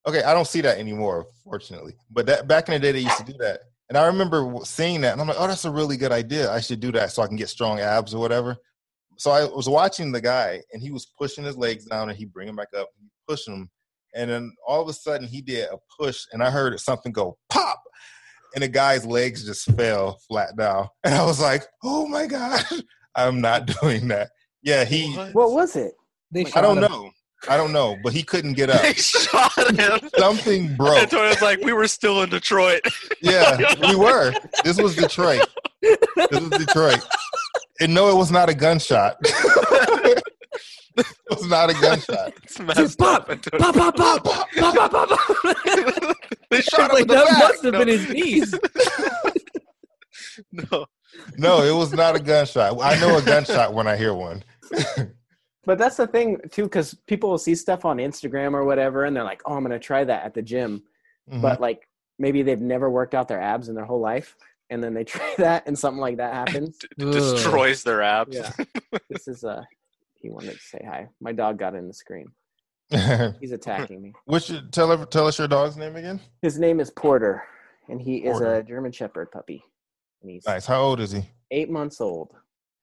Okay, I don't see that anymore, fortunately. But that back in the day, they used to do that, and I remember w- seeing that, and I'm like, oh, that's a really good idea. I should do that so I can get strong abs or whatever. So I was watching the guy, and he was pushing his legs down, and he bring them back up, and pushing them, and then all of a sudden he did a push, and I heard something go pop, and the guy's legs just fell flat down, (laughs) and I was like, oh my god, (laughs) I'm not doing that. Yeah, he. What was it? They I shot don't him. know. I don't know, but he couldn't get up. They (laughs) shot (laughs) him. Something broke. And Toyo's like, we were still in Detroit. (laughs) Yeah, we were. This was Detroit. This was Detroit. And no, it was not a gunshot. (laughs) it was not a gunshot. It's messed up. Pop, pop, pop, (laughs) pop, pop, pop, pop. (laughs) They shot him like, in the that back. must have no, been his knees. (laughs) no. No, it was not a gunshot. I know a gunshot when I hear one. But that's the thing too, because people will see stuff on Instagram or whatever, and they're like, "Oh, I'm going to try that at the gym," Mhm. but like maybe they've never worked out their abs in their whole life, and then they (laughs) try that, and something like that (laughs) happens. (laughs) Ugh. destroys their abs. (laughs) yeah, this is uh He wanted to say hi. My dog got in the screen. He's attacking me. (laughs) What's your, tell, ev- tell us your dog's name again. His name is Porter, and he is Porter. a German Shepherd puppy, and he's Nice. How old is he? eight months old.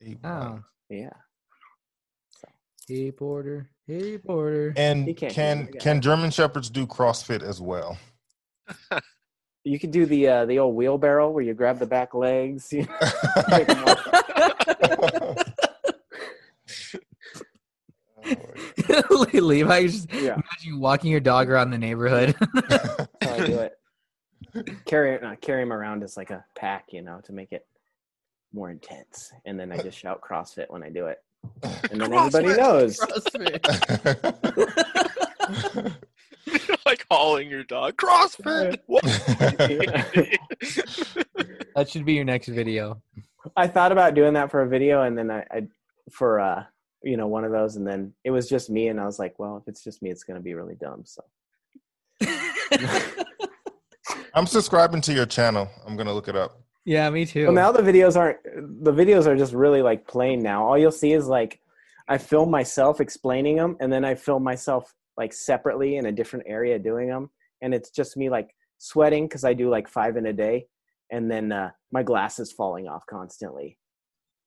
Eight. Oh. Yeah, Hey, Porter. Hey, Porter. And He can't can hear you. can German shepherds do CrossFit as well? (laughs) you could do the uh, the old wheelbarrow where you grab the back legs. You (laughs) pick 'em up. (laughs) Levi, you just Yeah. imagine you walking your dog around the neighborhood. (laughs) That's how I do it. carry not carry him around as like a pack, you know, to make it more intense. And then I just shout CrossFit when I do it, and then everybody CrossFit. knows. CrossFit. Oh, (laughs) like hauling your dog. CrossFit. (laughs) What? (laughs) That should be your next video. (laughs) I thought about doing that for a video, and then I, I for uh, you know, one of those, and then it was just me, and I was like, well, if it's just me, it's gonna be really dumb. So (laughs) I'm subscribing to your channel. I'm gonna look it up. (laughs) yeah, me too. Well, now the videos aren't. The videos are just really like plain now. All you'll see is like I film myself explaining them, and then I film myself like separately in a different area doing them, and it's just me like sweating because I do like five in a day, and then uh, my glasses falling off constantly.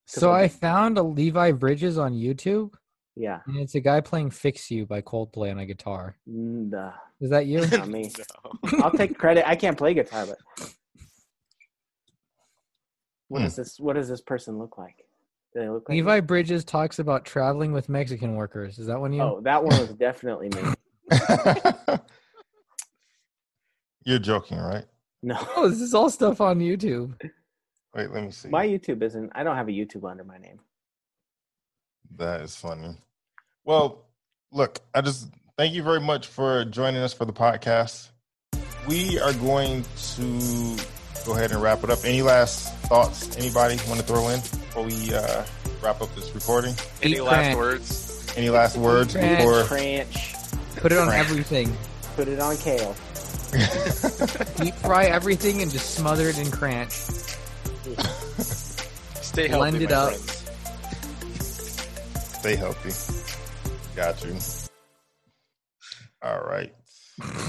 so I found a Levi Bridges on YouTube, Yeah, and it's a guy playing "Fix You" by Coldplay on a guitar. nah, Is that (laughs) you? Mm, not (laughs) me. No. I'll take credit. I can't play guitar, but what does this? What does this person look like? Do they look like Hmm. Levi me? Bridges talks about traveling with Mexican workers. Is that one you? Oh, that one was definitely me. You're joking, right? No. Oh, this is all stuff on YouTube. Wait, let me see. My YouTube isn't. I don't have a YouTube under my name. That is funny. Well, look, I just thank you very much for joining us for the podcast. We are going to go ahead and wrap it up. Any last thoughts anybody want to throw in before we uh, wrap up this recording? Any Eat last crap. words? Any last words Right. before? Ranch. Put it on Right. everything. Put it on kale. Deep fry everything and just smother it in cranch. Stay healthy, Blend my it up. friends. Stay healthy. Got you. All right.